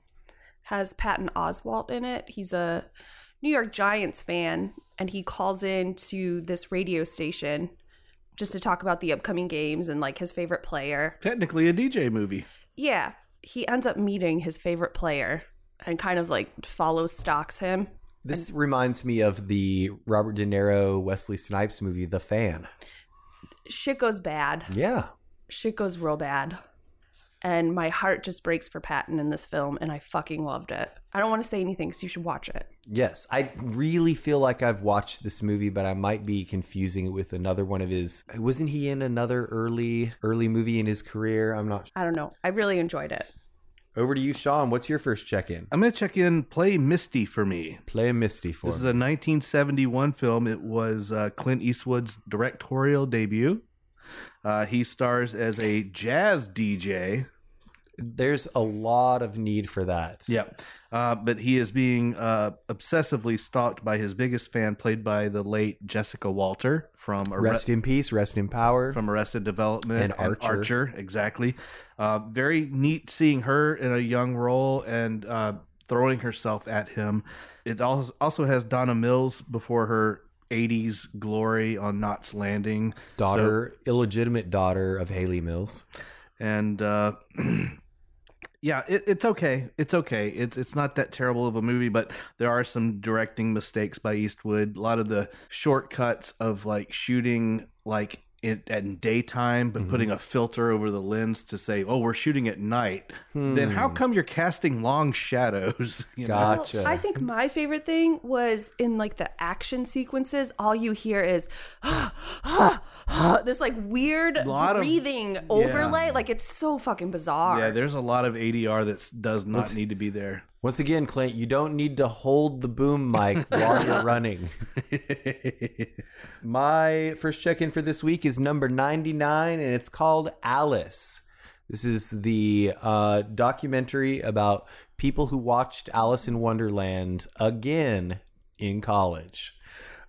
I: Has Patton Oswalt in it. He's a New York Giants fan, and he calls in to this radio station just to talk about the upcoming games and like his favorite player.
D: Technically a DJ movie.
I: Yeah, he ends up meeting his favorite player and kind of like follows stalks him.
B: This reminds me of the Robert De Niro Wesley Snipes movie, The Fan.
I: Shit goes bad.
B: Yeah.
I: shit goes real bad. And my heart just breaks for Patton in this film, and I fucking loved it. I don't want to say anything because you should watch it.
B: Yes. I really feel like I've watched this movie, but I might be confusing it with another one of his. Wasn't he in another early, early movie in his career? I'm not
I: I don't know. I really enjoyed it.
B: sure. Over to you, Sean. What's your first check in?
D: I'm going to check in Play Misty for me.
B: Play Misty for
D: This is
B: me.
D: a 1971 film. It was uh, Clint Eastwood's directorial debut. Uh, he stars as a jazz DJ.
B: There's a lot of need for that.
D: Yeah. Uh, but he is being uh, obsessively stalked by his biggest fan, played by the late Jessica Walter from Arre-
B: Rest in peace, rest in power.
D: from Arrested Development
B: And Archer.
D: Exactly. Uh, very neat seeing her in a young role and uh, throwing herself at him. It also also has Donna Mills before her 80s glory on Knots Landing. So-
B: daughter, illegitimate daughter of Haley Mills.
D: and uh, yeah, it, it's okay. It's okay. It's it's not that terrible of a movie, but there are some directing mistakes by Eastwood. A lot of the shortcuts of like shooting like in at daytime, but putting a filter over the lens to say, "Oh, we're shooting at night." Then how come you're casting long shadows? You know?
B: God. Gotcha.
I: I think my favorite thing was in like the action sequences, all you hear is this like weird
D: Lot of-
I: breathing overlay. Like it's so fucking bizarre.
D: Yeah, there's a lot of ADR that does not need to be there.
B: Once again, Clint, you don't need to hold the boom mic while you're running. My first check in for this week is number 99, and it's called Alice. This is the uh, documentary about people who watched Alice in Wonderland again in college.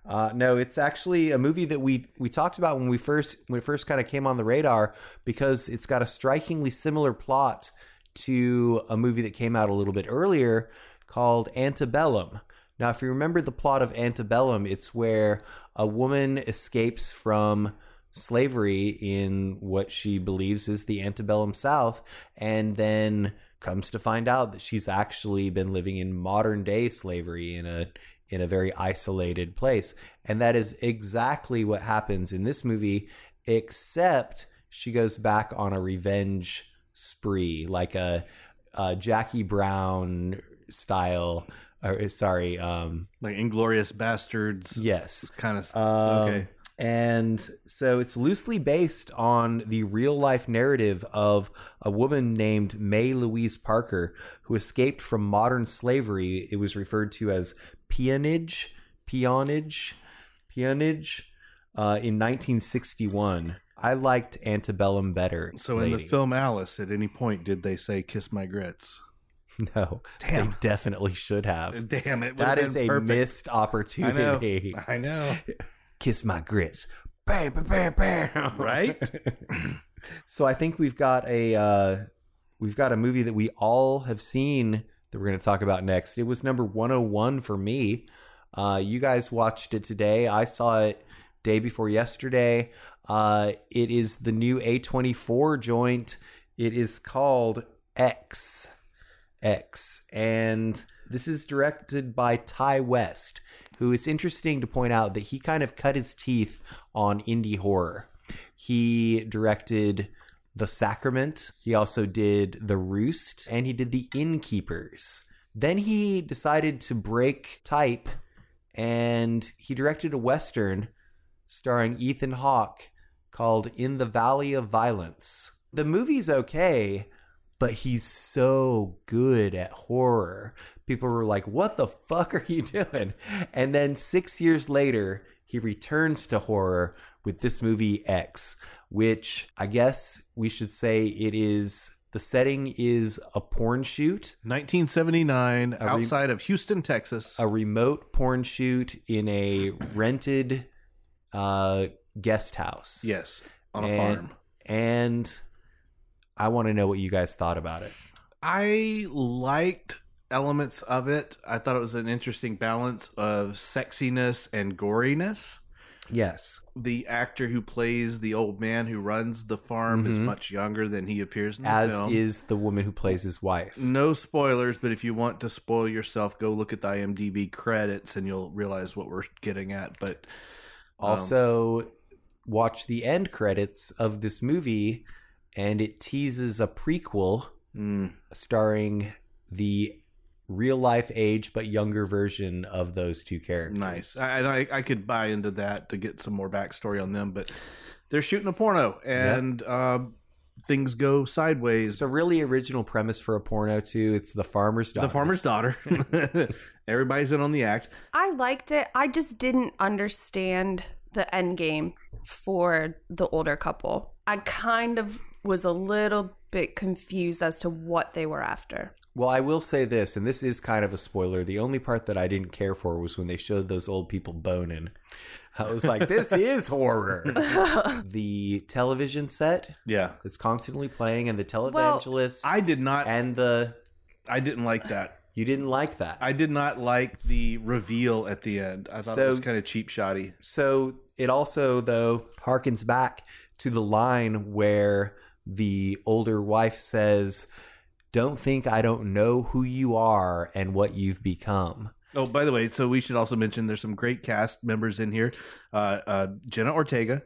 B: Uh, no, it's actually a movie that we we talked about when we first when it first kind of came on the radar because it's got a strikingly similar plot to a movie that came out a little bit earlier called Antebellum. Now, if you remember the plot of Antebellum, it's where a woman escapes from slavery in what she believes is the antebellum South, and then comes to find out that she's actually been living in modern day slavery in a in a very isolated place. And that is exactly what happens in this movie, except she goes back on a revenge spree, like a, a Jackie Brown style, or sorry, um,
D: Like Inglorious Bastards
B: yes,
D: kind of
B: um,
D: okay.
B: And so it's loosely based on the real life narrative of a woman named May Louise Parker who escaped from modern slavery. It was referred to as peonage, peonage, peonage uh, in 1961. I liked Antebellum better.
D: So in the
B: lady.
D: film Alice, at any point did they say "kiss my grits"?
B: no,
D: Damn.
B: they definitely should have.
D: Damn it! would've
B: That
D: been
B: is a
D: perfect.
B: missed
D: I know.
B: opportunity.
D: I know.
B: Kiss my grits. Bam, bam, bam, bam.
D: Right?
B: So I think we've got a uh, we've got a movie that we all have seen that we're going to talk about next. It was number 101 for me. Uh, you guys watched it today. I saw it day before yesterday. Uh, it is the new A24 joint. It is called X. X. And this is directed by Ty West, who is interesting to point out that he kind of cut his teeth on indie horror. He directed The Sacrament, he also did The Roost, and he did The Innkeepers. Then he decided to break type and he directed a Western starring Ethan Hawke called In the Valley of Violence. The movie's okay, but he's so good at horror. People were like, What the fuck are you doing? And then six years later, he returns to horror with this movie X, which I guess we should say it is the setting is a porn shoot.
D: 1979, outside of Houston, Texas.
B: a remote porn shoot in a rented uh, guest house.
D: yes, on a
B: And-
D: farm.
B: And I want to know what you guys thought about it.
D: I liked elements of it. I thought it was an interesting balance of sexiness and goriness.
B: Yes.
D: The actor who plays the old man who runs the farm is
B: Mhm.
D: much younger than he appears in the
B: As
D: film.
B: is the woman who plays his wife.
D: no spoilers, but if you want to spoil yourself, go look at the IMDb credits and you'll realize what we're getting at. But um,
B: Also, watch the end credits of this movie, and it teases a prequel
D: mm,
B: starring the real life age but younger version of those two characters. Uh,
D: nice. I, and I, I could buy into that to get some more backstory on them, but they're shooting a porno and um, things go sideways.
B: It's a really original premise for a porno too. It's the farmer's daughter.
D: The farmer's daughter. Everybody's in on the act.
I: I liked it. I just didn't understand the end game for the older couple. I kind of was a little bit confused as to what they were after.
B: Well, I will say this, and this is kind of a spoiler. The only part that I didn't care for was when they showed those old people boning. I was like, this is horror. the television set
D: Yeah.
B: is constantly playing, and the televangelist
D: I did not
B: and the
D: I didn't like that.
B: you didn't like that.
D: I did not like the reveal at the end. I thought it
B: So-
D: was kind of cheap shoddy.
B: so it also though harkens back to the line where the older wife says, "Don't think I don't know who you are and what you've become."
D: Oh, by the way, so we should also mention there's some great cast members in here. Uh, uh, Jenna Ortega,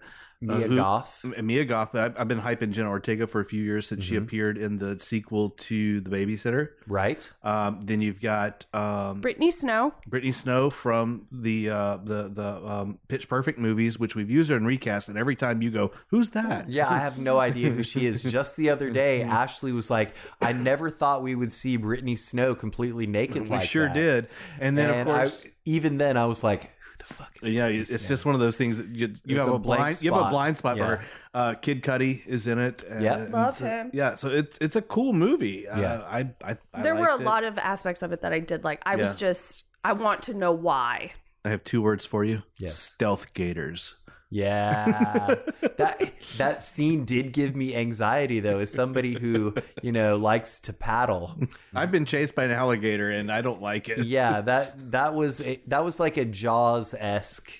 D: Uh,
B: Mia
D: who-
B: Goth.
D: M- Mia Goff. but I've, I've been hyping Jenna Ortega for a few years since she
B: Mhm.
D: appeared in the sequel to The Babysitter.
B: right?
D: Um, then you've got um,
I: Brittany Snow.
D: Brittany Snow from the uh, the the um, Pitch Perfect movies, which we've used her in recast. And every time you go, "Who's that?"
B: Yeah, I have no idea who she is. Just the other day, Ashley was like, "I never thought we would see Brittany Snow completely naked
D: we
B: like
D: sure
B: that."
D: did. And then of course,
B: I, even then, I was like, "Who the fuck is?"
D: Yeah,
B: Brittany
D: it's
B: Snow?
D: just one of those things that you, you
B: There's
D: have
B: a
D: a,
B: blank
D: blind you have a
B: spot.
D: blind spot
B: Yeah.
D: for her. Uh, Kid Cudi is in it. And,
B: Yep.
D: and
I: Love
D: so-
I: him.
D: Yeah, so it's it's a cool movie. Uh,
B: Yeah.
D: I, I, I
I: there were a
D: liked it.
I: lot of aspects of it that I did like. I
D: Yeah.
I: was just, I want to know why.
D: I have two words for you.
B: Yes.
D: Stealth Gators.
B: yeah. that that scene did give me anxiety though, as somebody who you know likes to paddle.
D: I've been chased by an alligator and I don't like it.
B: Yeah that that was a, that was like a Jaws esque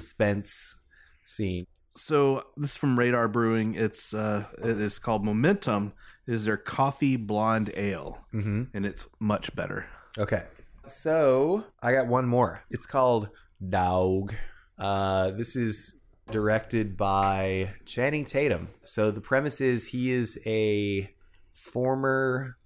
B: suspense scene.
D: So this is from Radar Brewing. It's uh, it is called Momentum. It is their coffee blonde ale,
B: Mm-hmm.
D: and it's much better.
B: Okay. So I got one more. It's called Dog. Uh, this is directed by Channing Tatum. So the premise is he is a former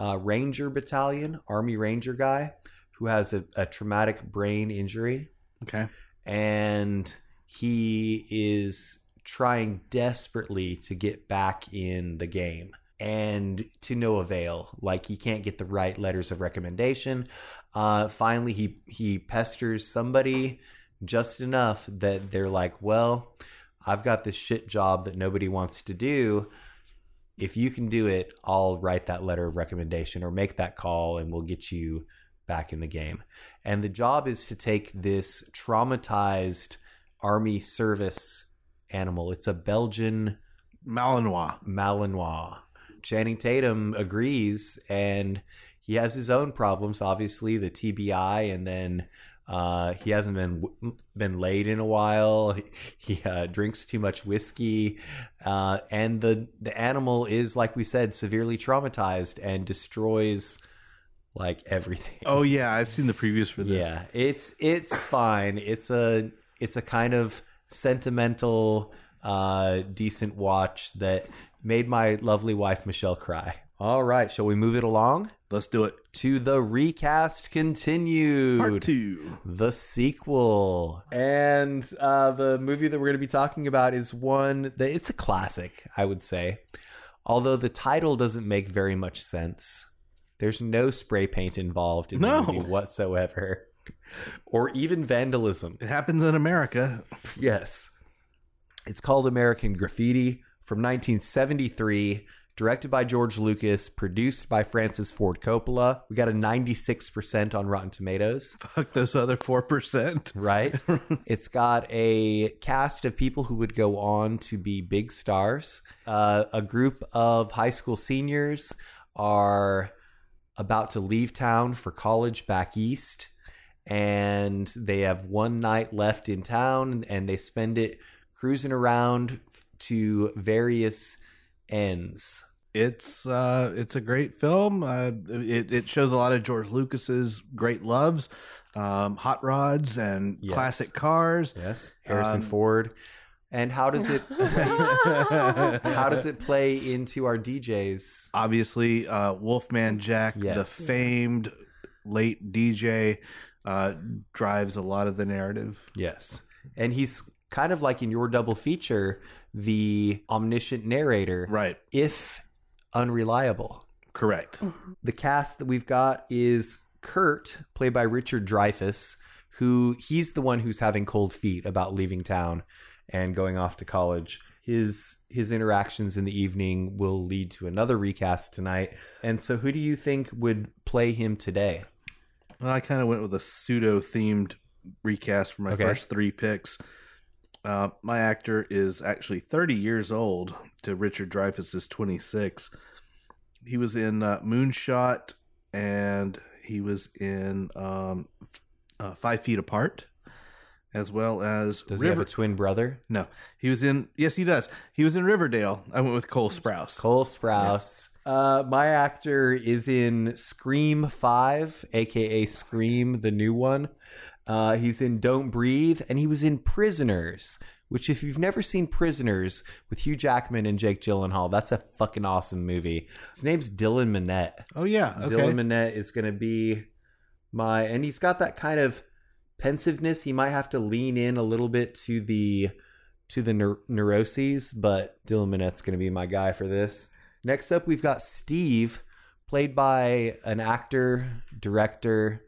B: uh, Ranger battalion, Army Ranger guy, who has a, a traumatic brain injury
D: Okay.
B: and he is trying desperately to get back in the game and to no avail like he can't get the right letters of recommendation uh finally he he pesters somebody just enough that they're like well i've got this shit job that nobody wants to do if you can do it i'll write that letter of recommendation or make that call and we'll get you back in the game and the job is to take this traumatized army service animal. It's a Belgian
D: Malinois.
B: Malinois. Channing Tatum agrees, and he has his own problems, obviously the TBI, and then Uh, he hasn't been been laid in a while. He, he, uh, drinks too much whiskey, uh, and the the animal is, like we said, severely traumatized and destroys like everything.
D: Oh yeah, I've seen the previews for this.
B: Yeah, it's it's fine. It's a it's a kind of sentimental, uh, decent watch that made my lovely wife Michelle cry. All right, shall we move it along
D: Let's do it.
B: to the recast continued?
D: Part two.
B: the sequel and uh, the movie that we're going to be talking about is one that it's a classic i would say although the title doesn't make very much sense there's no spray paint involved in
D: No.
B: the movie whatsoever or even vandalism
D: It happens in America.
B: yes it's called american graffiti from 1973 directed by george lucas produced by francis ford coppola we got a 96% on rotten tomatoes
D: Fuck those other four percent.
B: right? it's got a cast of people who would go on to be big stars. Uh, a group of high school seniors are about to leave town for college back east, and they have one night left in town, and they spend it cruising around f- to various ends.
D: It's uh, it's a great film. Uh, it it shows a lot of George Lucas's great loves, um, hot rods and
B: Yes.
D: classic cars.
B: Yes, Harrison
D: Um,
B: Ford. And how does it how does it play into our DJs?
D: Obviously, uh, Wolfman Jack, the
B: Yes.
D: famed late DJ, uh, drives a lot of the narrative.
B: Yes. And he's kind of like in your double feature, the omniscient narrator,
D: Right.
B: if unreliable.
D: Correct.
B: The cast that we've got is Kurt, played by Richard Dreyfuss, who he's the one who's having cold feet about leaving town and going off to college. His his interactions in the evening will lead to another recast tonight. And so who do you think would play him today?
D: Well, I kind of went with a pseudo themed recast for my
B: Okay.
D: first three picks. Uh, my actor is actually 30 years old to Richard Dreyfuss is 26. He was in uh, Moonshot and he was in um, f- uh, Five Feet Apart, as well as
B: Does he
D: River.
B: have a twin brother?
D: no, he was in. Yes, he does. He was in Riverdale. I went with Cole Sprouse.
B: Cole Sprouse. Uh, my actor is in Scream 5, aka Scream, the new one. Uh, he's in Don't Breathe, and he was in Prisoners, which, if you've never seen Prisoners with Hugh Jackman and Jake Gyllenhaal, that's a fucking awesome movie. His name's Dylan Minnette.
D: Oh yeah, okay.
B: Dylan Minnette is going to be my, and he's got that kind of pensiveness. He might have to lean in a little bit to the to the neur- neuroses, but Dylan Minnette's going to be my guy for this. Next up, we've got Steve, played by an actor, director,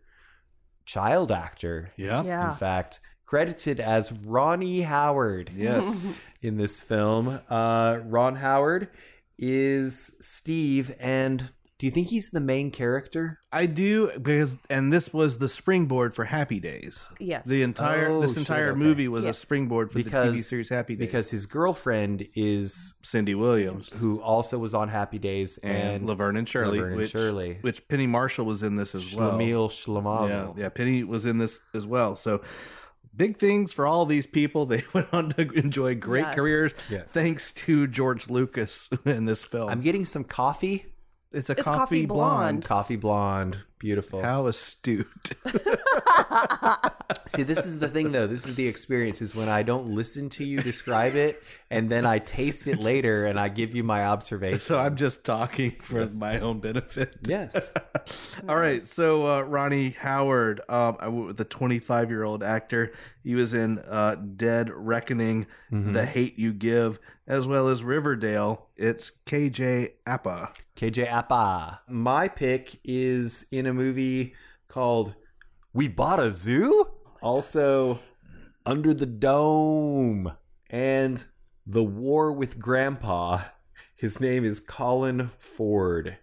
B: child actor.
D: yeah.
I: Yeah.
B: In fact, credited as Ronnie Howard
D: Yes.
B: in this film. Uh, Ron Howard is Steve, and do you think he's the main character?
D: I do because, and this was the springboard for Happy Days.
I: Yes.
D: The entire
B: Oh,
D: this
B: shit,
D: entire
B: okay.
D: movie was
I: Yeah.
D: a springboard for the TV series Happy Days
B: because his girlfriend is
D: Cindy Williams
B: who also was on Happy Days
D: and,
B: and,
D: Laverne and Shirley,
B: Laverne and
D: which,
B: Shirley.
D: which Penny Marshall was in this as well.
B: Schlemiel
D: Yeah,
B: Schlemazel.
D: yeah, Penny was in this as well. So big things for all these people. They went on to enjoy great
I: Yes.
D: careers
B: Yes.
D: thanks to George Lucas in this film.
B: I'm getting some coffee.
D: it's a
I: It's
D: coffee,
I: Coffee
D: blonde.
B: Coffee blonde, beautiful.
D: How astute.
B: See, this is the thing though. This is the experience is when I don't listen to you describe it and then I taste it later and I give you my observation.
D: so I'm just talking for my own benefit.
B: yes.
D: All right, so uh, Ronnie Howard, um, I went with the 25 year old actor. He was in uh, Dead Reckoning, The Hate You Give, as well as Riverdale. It's KJ Appa.
B: KJ Appa. My pick is in a movie called We Bought a Zoo? Also, Under the Dome and The War with Grandpa. His name is Colin Ford.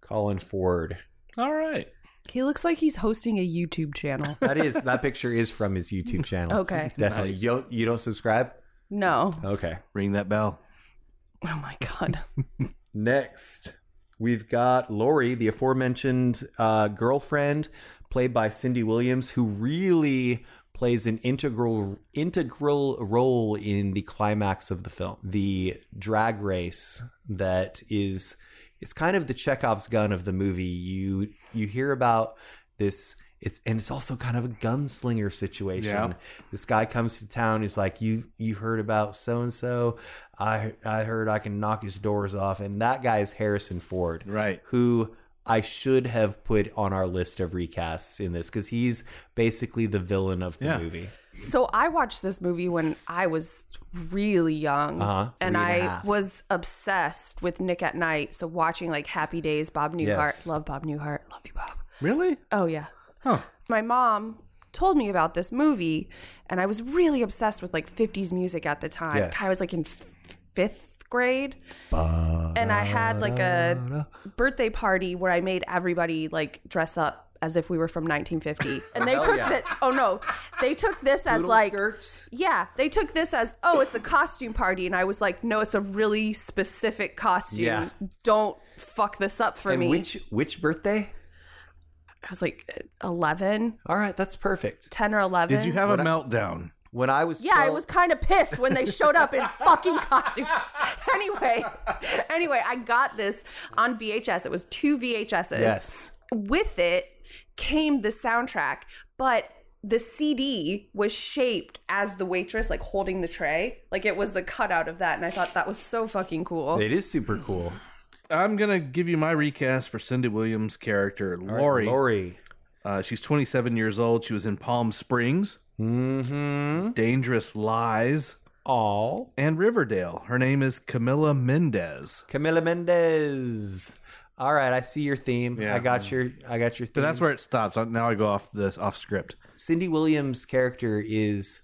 B: Colin Ford.
D: All right.
I: He looks like he's hosting a YouTube channel.
B: That is that picture is from his YouTube channel.
I: Okay.
B: Definitely. You don't you don't subscribe?
I: No.
B: Okay.
D: Ring that bell.
I: Oh my god.
B: Next, We've got Lori, the aforementioned uh, girlfriend, played by Cindy Williams, who really plays an integral integral role in the climax of the film. The drag race that is it's kind of the Chekhov's gun of the movie. You you hear about this it's and it's also kind of a gunslinger situation.
D: Yeah.
B: This guy comes to town, he's like, You you heard about so and so. I I heard I can knock his doors off. And that guy is Harrison Ford
D: Right.
B: who I should have put on our list of recasts in this because he's basically the villain of the
D: Yeah.
B: movie.
I: So I watched this movie when I was really young,
B: Uh-huh.
I: and
B: Three and a
I: I
B: half.
I: was obsessed with Nick at Night. So watching like Happy Days, Bob Newhart,
B: Yes.
I: love Bob Newhart, love you, Bob.
D: Really?
I: Oh yeah,
D: Huh.
I: my mom told me about this movie, and I was really obsessed with like 50s music at the time.
B: Yes.
I: I was like in f- fifth grade, and I had like a birthday party where I made everybody like dress up. As if we were from 1950, and they took that. Oh no, they took this as like
B: skirts.
I: yeah, they took this as, oh, it's a costume party. And I was like, no, it's a really specific costume.
B: Yeah.
I: Don't fuck this up for
B: And
I: me.
B: which which birthday?
I: I was like 11,
B: All right, that's perfect.
I: 10 or 11.
D: Did you have a meltdown?
B: When I was
I: yeah, I
B: 12
I: was kind of pissed when they showed up in fucking costume. anyway, anyway, I got this on VHS. It was two VHSs.
B: yes,
I: with it came the soundtrack, but the CD was shaped as the waitress like holding the tray. Like it was the cutout of that and I thought that was so fucking cool.
B: it is super cool.
D: I'm gonna give you my recast for Cindy Williams' character, Lori.
B: Lori.
D: Uh, she's 27 years old. She was in Palm Springs,
B: Mm-hmm.
D: Dangerous Lies,
B: Aw.
D: and Riverdale. Her name is Camilla Mendez.
B: Camila Mendez. All right, I see your theme.
D: Yeah.
B: I got your I got your theme.
D: But that's where it stops. I- Now I go off this off script.
B: Cindy Williams' character is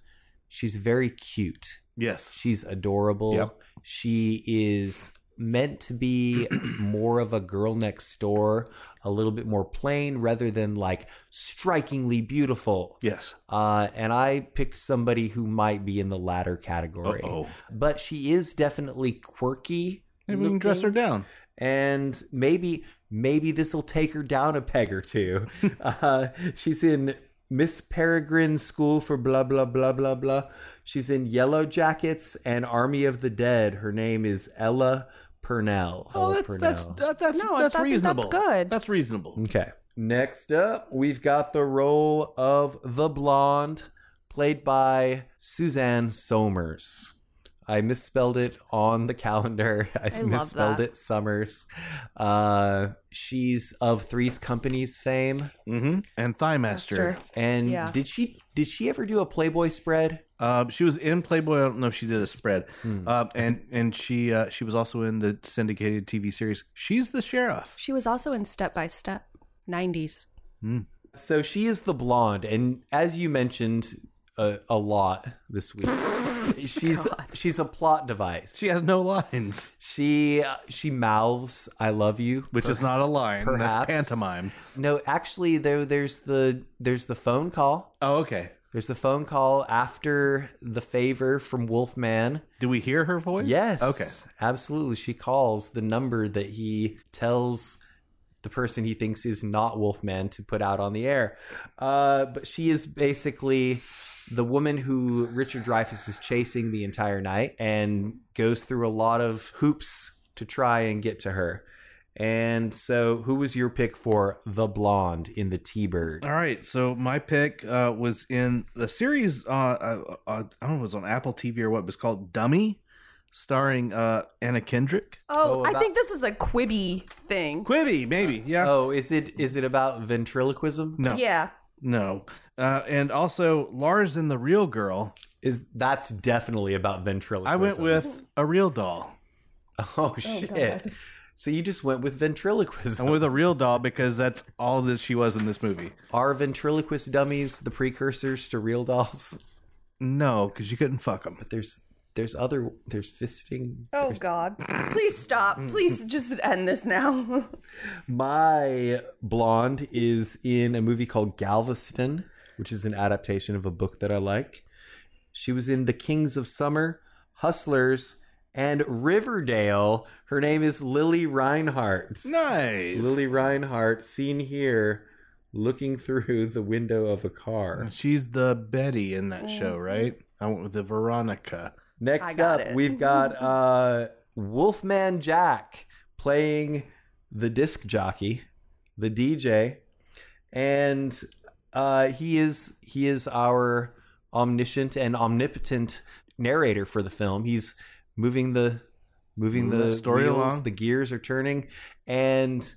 B: she's very cute.
D: Yes.
B: She's adorable.
D: Yep.
B: She is meant to be more of a girl next door, a little bit more plain rather than like strikingly beautiful.
D: Yes.
B: Uh, and I picked somebody who might be in the latter category.
D: Uh-oh.
B: But she is definitely quirky.
D: Maybe we can dress her
B: looking,
D: down.
B: And maybe maybe this will take her down a peg or two. uh, she's in Miss Peregrine's School for blah blah blah blah blah. She's in Yellow Jackets and Army of the Dead. Her name is Ella Purnell.
D: Oh,
B: Ella
D: that's that's that, that's,
I: No, I think
D: that's
I: that's
D: reasonable.
I: good.
D: That's reasonable.
B: Okay. Next up, we've got the role of the blonde, played by Suzanne Somers. I misspelled it on the calendar. I,
I: love
B: misspelled
I: that.
B: it Summers. Uh, she's of Three's Company's fame.
D: Mm-hmm. And Thigh Master.
B: And
I: Yeah.
B: did she did she ever do a Playboy spread?
D: Uh, she was in Playboy. I don't know if she did a spread.
B: Mm.
D: Uh, and and she uh, she was also in the syndicated TV series. She's the sheriff.
I: She was also in Step by Step 90s.
B: So she is the blonde, and as you mentioned a, a lot this week, she's she's a plot device.
D: She has no lines,
B: she uh, she mouths "I love you,"
D: which is not a line.
B: perhaps.
D: That's pantomime.
B: No, actually, though, there's the there's the phone call.
D: Oh, okay.
B: There's the phone call after the favor from Wolfman.
D: Do we hear her voice?
B: Yes.
D: Okay.
B: Absolutely. She calls the number that he tells the person he thinks is not Wolfman to put out on the air. Uh, but she is basically the woman who Richard Dreyfuss is chasing the entire night and goes through a lot of hoops to try and get to her. And so, who was your pick for the blonde in the T Bird?
D: All right. So my pick uh, was in the series. Uh, uh, uh, I don't know. It was on Apple TV or what. It was called Dummy, starring uh, Anna Kendrick.
I: Oh,
B: Oh,
I: I
B: about-
I: think this was a Quibi thing.
D: Quibby, maybe. Yeah.
B: Oh, is it is it about ventriloquism?
D: No.
I: Yeah.
D: No. Uh, and also Lars and the Real Girl.
B: Is that's definitely about ventriloquism.
D: I went with a real doll.
B: Oh shit! So you just went with ventriloquism.
D: I went with a real doll because that's all that she was in this movie.
B: Are ventriloquist dummies the precursors to real dolls?
D: No, because you couldn't fuck them.
B: But there's there's other there's fisting.
I: Oh God! Please stop!
B: Mm.
I: Please just end this now.
B: My blonde is in a movie called Galveston, which is an adaptation of a book that I like. She was in The Kings of Summer, Hustlers, and Riverdale. Her name is Lily Reinhardt.
D: Nice.
B: Lily Reinhardt, seen here, looking through the window of a car.
D: She's the Betty in that show, right? I went with the Veronica.
B: Next up,
C: got it.
B: we've got uh, Wolfman Jack playing the disc jockey, the DJ, and uh, he is he is our omniscient and omnipotent narrator for the film. He's moving the moving
D: Moving
B: the
D: the story
B: wheels,
D: along.
B: The gears are turning, and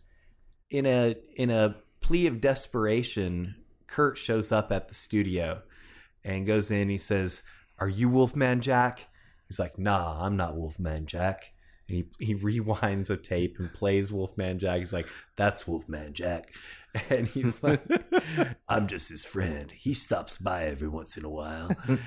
B: in a in a plea of desperation, Kurt shows up at the studio and goes in. He says, "Are you Wolfman Jack?" He's like, "Nah, I'm not Wolfman Jack." And he he rewinds a tape and plays Wolfman Jack. He's like, "That's Wolfman Jack," and he's like, "I'm just his friend. He stops by every once in a while." and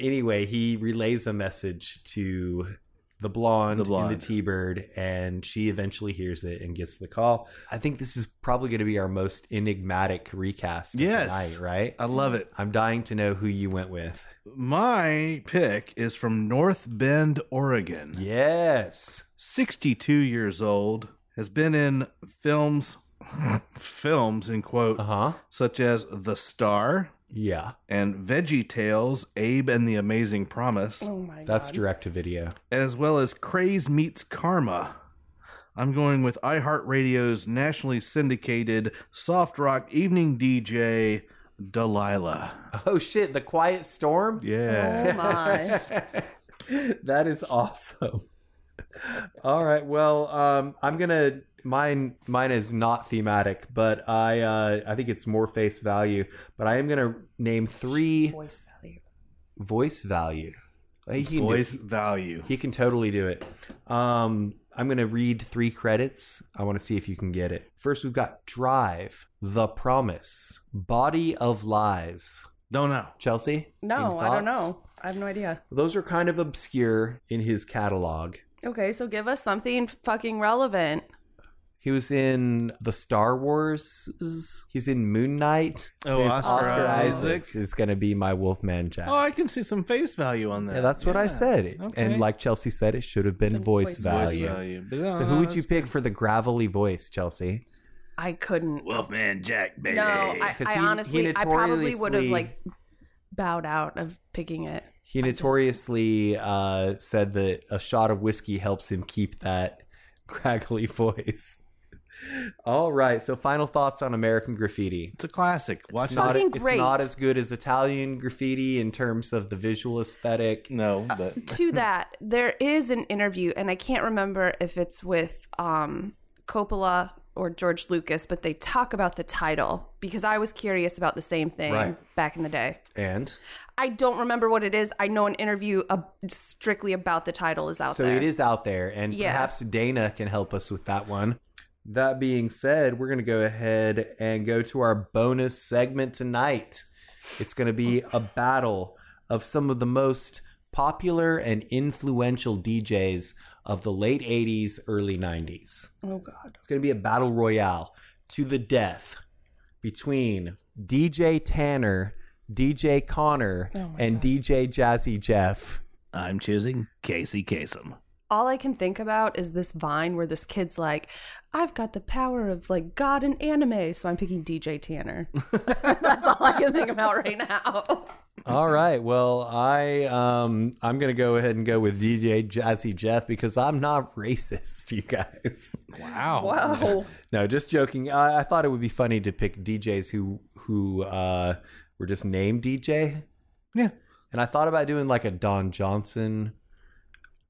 B: anyway, he relays a message to. The blonde,
D: The blonde.
B: and the T-bird, and she eventually hears it and gets the call. I think this is probably going to be our most enigmatic recast. of the
D: Yes.
B: night, right?
D: I love it.
B: I'm dying to know who you went with.
D: My pick is from North Bend, Oregon.
B: Yes.
D: 62 years old, has been in films, films in quote,
B: huh.
D: such as The Star
B: Uh-huh. Yeah.
D: and Veggie Tales, Abe and the Amazing Promise,
I: Oh my
B: That's
I: god.
B: direct to video.
D: as well as Craze Meets Karma. I'm going with iHeartRadio's nationally syndicated soft rock evening DJ, Delilah.
B: Oh shit! The Quiet Storm.
D: Yeah.
I: Oh my.
B: that is awesome. All right. Well, um, I'm gonna mine. Mine is not thematic, but I uh, I think it's more face value. But I am gonna name three
I: Voice value.
B: voice value. He can do-
D: Voice value.
B: He can totally do it. Um, I'm going to read three credits. I want to see if you can get it. First, we've got Drive, The Promise, Body of Lies.
D: Don't know.
B: Chelsea?
I: No,
B: any
I: I
B: thoughts?
I: don't know. I have no idea.
B: Those are kind of obscure in his catalog.
I: Okay, so give us something fucking relevant.
B: He was in the Star Wars. He's in Moon Knight. His
D: Oh,
B: name's
D: Oscar
B: Isaacs.
D: Isaac.
B: is going to be my Wolfman Jack.
D: Oh, I can see some face value on that.
B: yeah, that's what I
D: Yeah.
B: said.
D: Okay.
B: And like Chelsea said, it should have been voice,
I: voice Oh,
B: value. So
D: uh,
B: who would you pick for the gravelly voice, Chelsea?
I: I couldn't.
H: Wolfman Jack, baby.
I: no, I,
B: 'Cause
I: I
B: he- he
I: honestly, I probably would have
B: notoriously-
I: like bowed out of picking it.
B: He
I: I just-
B: notoriously uh, said that a shot of whiskey helps him keep that crackly voice. All right, so final thoughts on American Graffiti.
D: It's a classic. Watch
B: It's not,
I: fucking
B: it's
I: great.
B: not as good as Italian graffiti in terms of the visual aesthetic.
D: it. No, but
I: to that, there is an interview, and I can't remember if it's with um, Coppola or George Lucas, but they talk about the title because I was curious about the same thing
B: Right.
I: back in the day.
B: And
I: I don't remember what it is. I know an interview uh, strictly about the title is out
B: so
I: there.
B: it is out there, and
I: Yeah.
B: perhaps Dana can help us with that one. That being said, we're going to go ahead and go to our bonus segment tonight. It's going to be a battle of some of the most popular and influential DJs of the late 80s, early 90s.
I: Oh God.
B: It's going to be a battle royale to the death between DJ Tanner, DJ Connor,
I: Oh,
B: and DJ Jazzy Jeff.
H: I'm choosing Casey Kasem.
I: All I can think about is this Vine where this kid's like, "I've got the power of like God and anime," so I'm picking DJ Tanner. That's all I can think about right
B: Oh,
I: now.
B: All right. Well, I um I'm gonna go ahead and go with DJ Jazzy Jeff because I'm not racist, you guys.
D: wow.
I: Wow.
B: No, just joking. I, I thought it would be funny to pick DJs who who uh, were just named DJ.
D: Yeah.
B: And I thought about doing like a Don Johnson,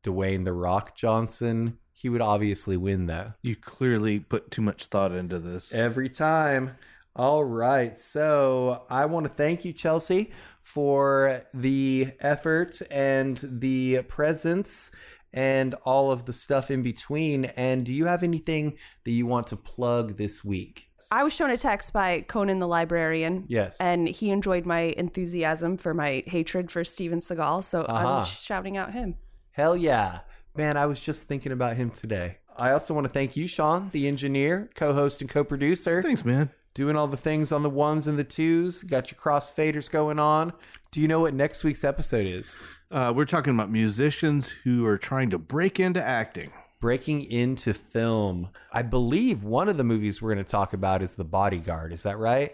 B: Dwayne the Rock Johnson. He would obviously win though.
D: You clearly put too much thought into this.
B: Every time. All right. So I want to thank you, Chelsea, for the effort and the presence and all of the stuff in between. And do you have anything that you want to plug this week?
I: I was shown a text by Conan the librarian.
B: Yes.
I: And he enjoyed my enthusiasm for my hatred for Steven Seagal, so
B: Uh-huh.
I: I'm shouting out him.
B: Hell yeah. Man, I was just thinking about him today. I also want to thank you, Sean, the engineer, co host, and co producer.
D: Thanks, man.
B: doing all the things on the ones and the twos. Got your crossfaders going on. Do you know what next week's episode is?
D: Uh, we're talking about musicians who are trying to break into acting.
B: Breaking into film. I believe one of the movies we're going to talk about is The Bodyguard. Is that right?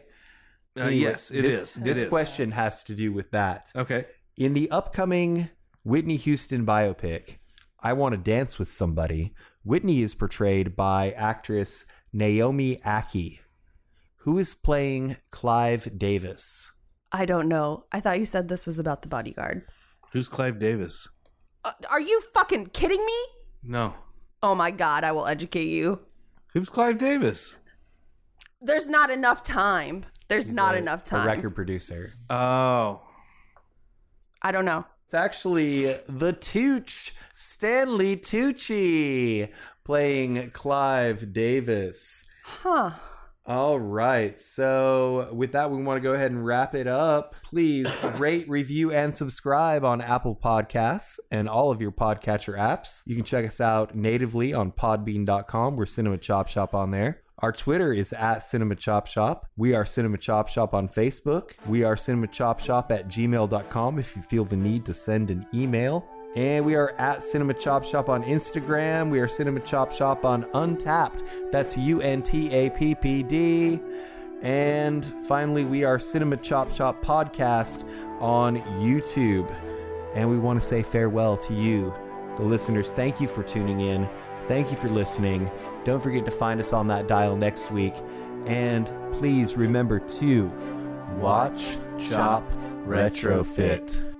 D: Uh,
B: Anyway,
D: yes, it
B: this,
D: is. It
B: This
D: is. Uh,
B: question has to do with that.
D: Okay.
B: In the upcoming Whitney Houston biopic, I Want to Dance with Somebody, Whitney is portrayed by actress Naomi Aki, who is playing Clive Davis.
C: I don't know. I thought you said this was about the bodyguard.
D: Who's Clive Davis?
C: Uh, are you fucking kidding me?
D: No.
C: Oh my god, I will educate you.
D: Who's Clive Davis?
I: There's not enough time. There's
B: He's
I: not
B: a-
I: enough time.
B: A record producer.
D: Oh.
I: I don't know.
B: It's actually the Tooch, Stanley Tucci, playing Clive Davis.
C: Huh.
B: All right. So, with that, we want to go ahead and wrap it up. Please rate, review, and subscribe on Apple Podcasts and all of your podcatcher apps. You can check us out natively on podbean.com. We're Cinema Chop Shop on there. Our Twitter is at Cinema Chop Shop. We are Cinema Chop Shop on Facebook. We are Cinema Chop Shop at gmail.com if you feel the need to send an email. And we are at Cinema Chop Shop on Instagram. We are Cinema Chop Shop on Untapped. That's U N T A P P D. And finally, we are Cinema Chop Shop Podcast on YouTube. And we want to say farewell to you, the listeners. Thank you for tuning in. Thank you for listening. Don't forget to find us on that dial next week. And please remember to watch, chop, retrofit.